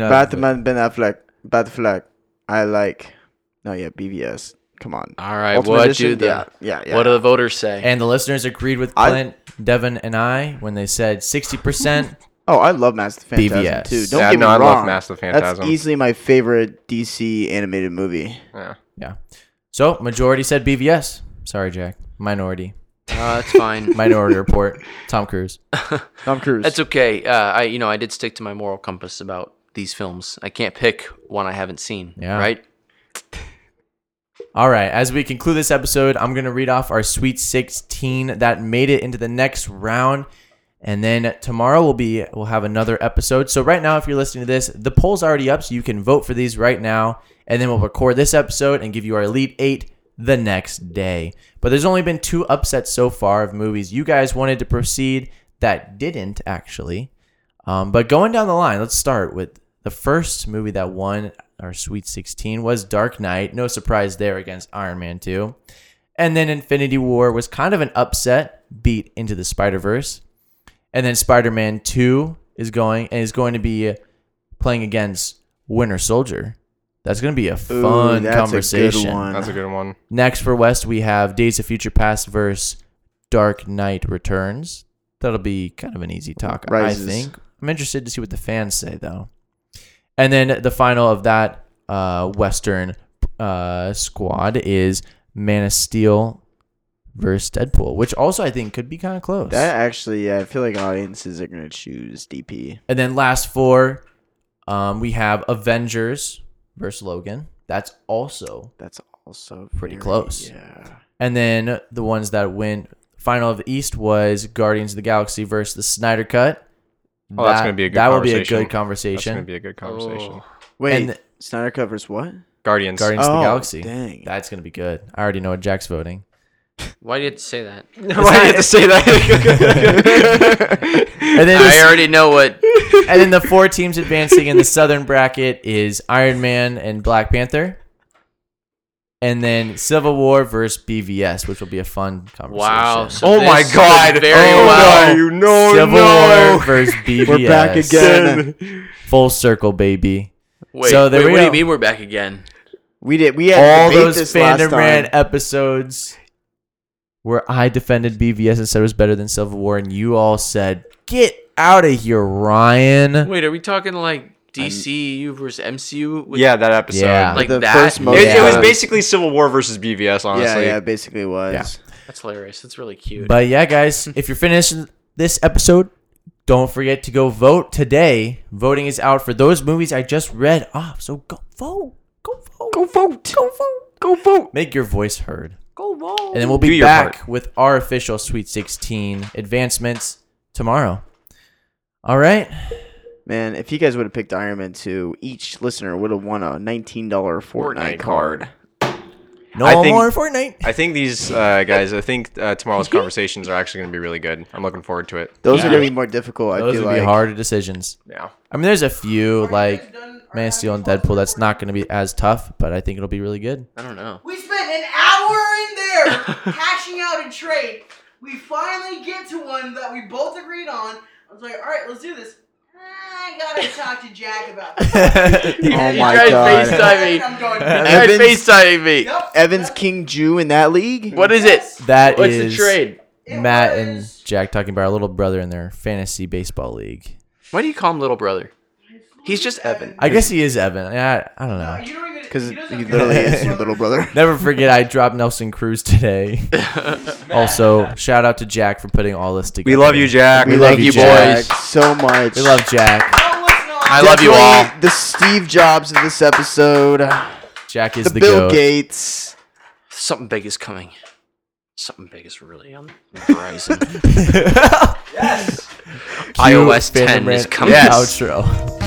Speaker 3: Batman, Ben Affleck. Batfleck. I like. No, yeah, BVS. Come on.
Speaker 1: All right.
Speaker 3: Ultimate
Speaker 1: what
Speaker 3: Edition?
Speaker 1: do the
Speaker 3: Yeah, yeah, yeah.
Speaker 1: What do the voters say?
Speaker 2: And the listeners agreed with
Speaker 3: I-
Speaker 2: Clint, Devin, and I when they said 60%
Speaker 3: Oh, I love Mass of the Phantasm
Speaker 2: BVS.
Speaker 3: too. Don't
Speaker 4: yeah,
Speaker 3: get me
Speaker 4: no,
Speaker 3: wrong.
Speaker 4: I love Mass of the
Speaker 3: That's
Speaker 4: Phantasm.
Speaker 3: easily my favorite DC animated movie.
Speaker 4: yeah.
Speaker 2: Yeah. So majority said BVS. Sorry, Jack. Minority.
Speaker 1: Uh, it's fine.
Speaker 2: Minority Report. Tom Cruise.
Speaker 3: Tom Cruise.
Speaker 1: That's okay. Uh, I you know I did stick to my moral compass about these films. I can't pick one I haven't seen.
Speaker 2: Yeah.
Speaker 1: Right.
Speaker 2: All right. As we conclude this episode, I'm gonna read off our Sweet 16 that made it into the next round, and then tomorrow will be we'll have another episode. So right now, if you're listening to this, the poll's already up, so you can vote for these right now, and then we'll record this episode and give you our Elite Eight the next day. But there's only been two upsets so far of movies you guys wanted to proceed that didn't actually. Um, but going down the line, let's start with the first movie that won our Sweet 16 was Dark Knight. No surprise there against Iron Man 2. And then Infinity War was kind of an upset beat into the Spider Verse. And then Spider Man 2 is going and is going to be playing against Winter Soldier. That's going to be a
Speaker 3: Ooh,
Speaker 2: fun
Speaker 3: that's a good
Speaker 2: conversation.
Speaker 3: one.
Speaker 4: That's a good one.
Speaker 2: Next for West, we have Days of Future Past versus Dark Knight Returns. That'll be kind of an easy talk,
Speaker 3: Rises.
Speaker 2: I think. I'm interested to see what the fans say, though. And then the final of that uh, Western uh, squad is Man of Steel versus Deadpool, which also I think could be kind of close.
Speaker 3: That actually, yeah, I feel like audiences are gonna choose DP.
Speaker 2: and then last four, um, we have Avengers versus Logan. That's also
Speaker 3: That's also
Speaker 2: Pretty
Speaker 3: very-
Speaker 2: close.
Speaker 3: Yeah.
Speaker 2: And then the ones that went final of the East was Guardians of the Galaxy versus the Snyder Cut.
Speaker 4: Oh, that's gonna be a good
Speaker 2: that will be a
Speaker 4: conversation.
Speaker 2: good
Speaker 4: That's
Speaker 2: conversation.
Speaker 4: gonna be a good conversation.
Speaker 1: Oh.
Speaker 3: Wait,
Speaker 2: And-
Speaker 3: Snyder covers what? Oh,
Speaker 4: Guardians.
Speaker 2: Guardians of the Galaxy.
Speaker 3: Dang.
Speaker 2: That's gonna be good. I already know what Jack's voting.
Speaker 1: Why do you have to say that?
Speaker 4: Why do you have to say that?
Speaker 2: And then,
Speaker 1: I already know what.
Speaker 2: and then the four teams advancing in the Southern bracket is Iron Man and Black Panther. And then Civil War versus BVS, which will be a fun conversation.
Speaker 1: Wow. So
Speaker 4: oh my
Speaker 1: this
Speaker 4: god!
Speaker 1: went Very
Speaker 4: oh
Speaker 1: well.
Speaker 4: no! No!
Speaker 2: Civil
Speaker 4: no.
Speaker 2: War versus BVS.
Speaker 3: We're back again.
Speaker 2: Full circle, baby.
Speaker 1: Wait,
Speaker 2: So there
Speaker 1: wait,
Speaker 2: we
Speaker 1: what do
Speaker 2: go.
Speaker 1: you mean we're back again?
Speaker 3: We did. We had
Speaker 2: all
Speaker 3: all debate
Speaker 2: those
Speaker 3: this last
Speaker 2: fandom
Speaker 3: time.
Speaker 2: ran episodes where I defended BVS and said it was better than Civil War, and you all said, "Get out of here, Ryan."
Speaker 1: Wait, are we talking like DCU versus MCU? With,
Speaker 4: Yeah, that episode.
Speaker 2: Yeah.
Speaker 1: like
Speaker 3: The
Speaker 1: that.
Speaker 3: first
Speaker 1: Yeah.
Speaker 4: It,
Speaker 3: most-
Speaker 4: it was
Speaker 3: Yeah.
Speaker 4: basically Civil War versus BVS,
Speaker 3: Yeah,
Speaker 4: honestly.
Speaker 3: yeah, basically was.
Speaker 2: Yeah.
Speaker 1: That's hilarious. That's really cute.
Speaker 2: But yeah, guys, if you're finishing this episode, don't forget to go vote today. Voting is out for those movies I just read off, so go vote. Go vote. Go vote. Go vote.
Speaker 4: Go vote.
Speaker 2: Make your voice heard. Go vote. And then we'll
Speaker 4: Do
Speaker 2: be
Speaker 4: your
Speaker 2: back with our official Sweet 16 advancements tomorrow. All right.
Speaker 3: Man, if you guys would have picked Iron Man 2, each listener would have won a $19 Fortnite,
Speaker 4: Fortnite
Speaker 3: card.
Speaker 4: card.
Speaker 2: No
Speaker 4: I think-
Speaker 2: more Fortnite.
Speaker 4: I think these uh, guys. I think uh, tomorrow's conversations are actually going to be really good. I'm looking forward to it.
Speaker 3: Those are
Speaker 2: Yeah.
Speaker 3: going to be more difficult, I
Speaker 2: Those
Speaker 3: feel
Speaker 2: would
Speaker 3: like.
Speaker 2: be harder decisions.
Speaker 4: Yeah.
Speaker 2: I mean, there's a few like Man of Steel and Deadpool that's not going to be as tough, but I think it'll be really good.
Speaker 1: I don't know.
Speaker 5: We spent an hour in there hashing out a trade. We finally get to one that we both agreed on. I was like, all right, let's do this. I gotta talk to Jack about this.
Speaker 3: Oh
Speaker 1: you
Speaker 3: my
Speaker 1: guys
Speaker 3: God.
Speaker 1: FaceTime me.
Speaker 5: I'm going,
Speaker 1: You guys
Speaker 3: Evans-
Speaker 1: FaceTime me.
Speaker 5: nope.
Speaker 3: Evans King Jew in that league?
Speaker 1: What is it?
Speaker 2: That
Speaker 1: What's
Speaker 2: is
Speaker 1: the trade?
Speaker 5: It
Speaker 2: Matt
Speaker 5: was-
Speaker 2: and Jack talking about our little brother in their fantasy baseball league.
Speaker 1: Why do you call him little brother? He's just Evan.
Speaker 2: I guess he is Evan. Yeah, I, I don't know.
Speaker 5: You don't even.
Speaker 3: Because
Speaker 5: he
Speaker 3: he
Speaker 5: doesn't-
Speaker 3: literally is your little brother.
Speaker 2: Never forget, I dropped Nelson Cruz today. also, shout out to Jack for putting all this together.
Speaker 4: We love you, Jack.
Speaker 3: We,
Speaker 2: We
Speaker 3: love
Speaker 2: love
Speaker 3: you
Speaker 2: you,
Speaker 3: boys
Speaker 2: Jack.
Speaker 3: so much.
Speaker 2: We love Jack.
Speaker 5: No, it's not.
Speaker 1: I love you all.
Speaker 3: Definitely The Steve Jobs of this episode, the,
Speaker 2: Jack is the,
Speaker 3: Bill
Speaker 2: goat.
Speaker 3: Gates.
Speaker 1: Something big is coming. Something big is really on the horizon.
Speaker 2: Cute
Speaker 1: iOS
Speaker 2: fandom
Speaker 1: 10 is
Speaker 2: rant
Speaker 1: coming.
Speaker 2: Outro.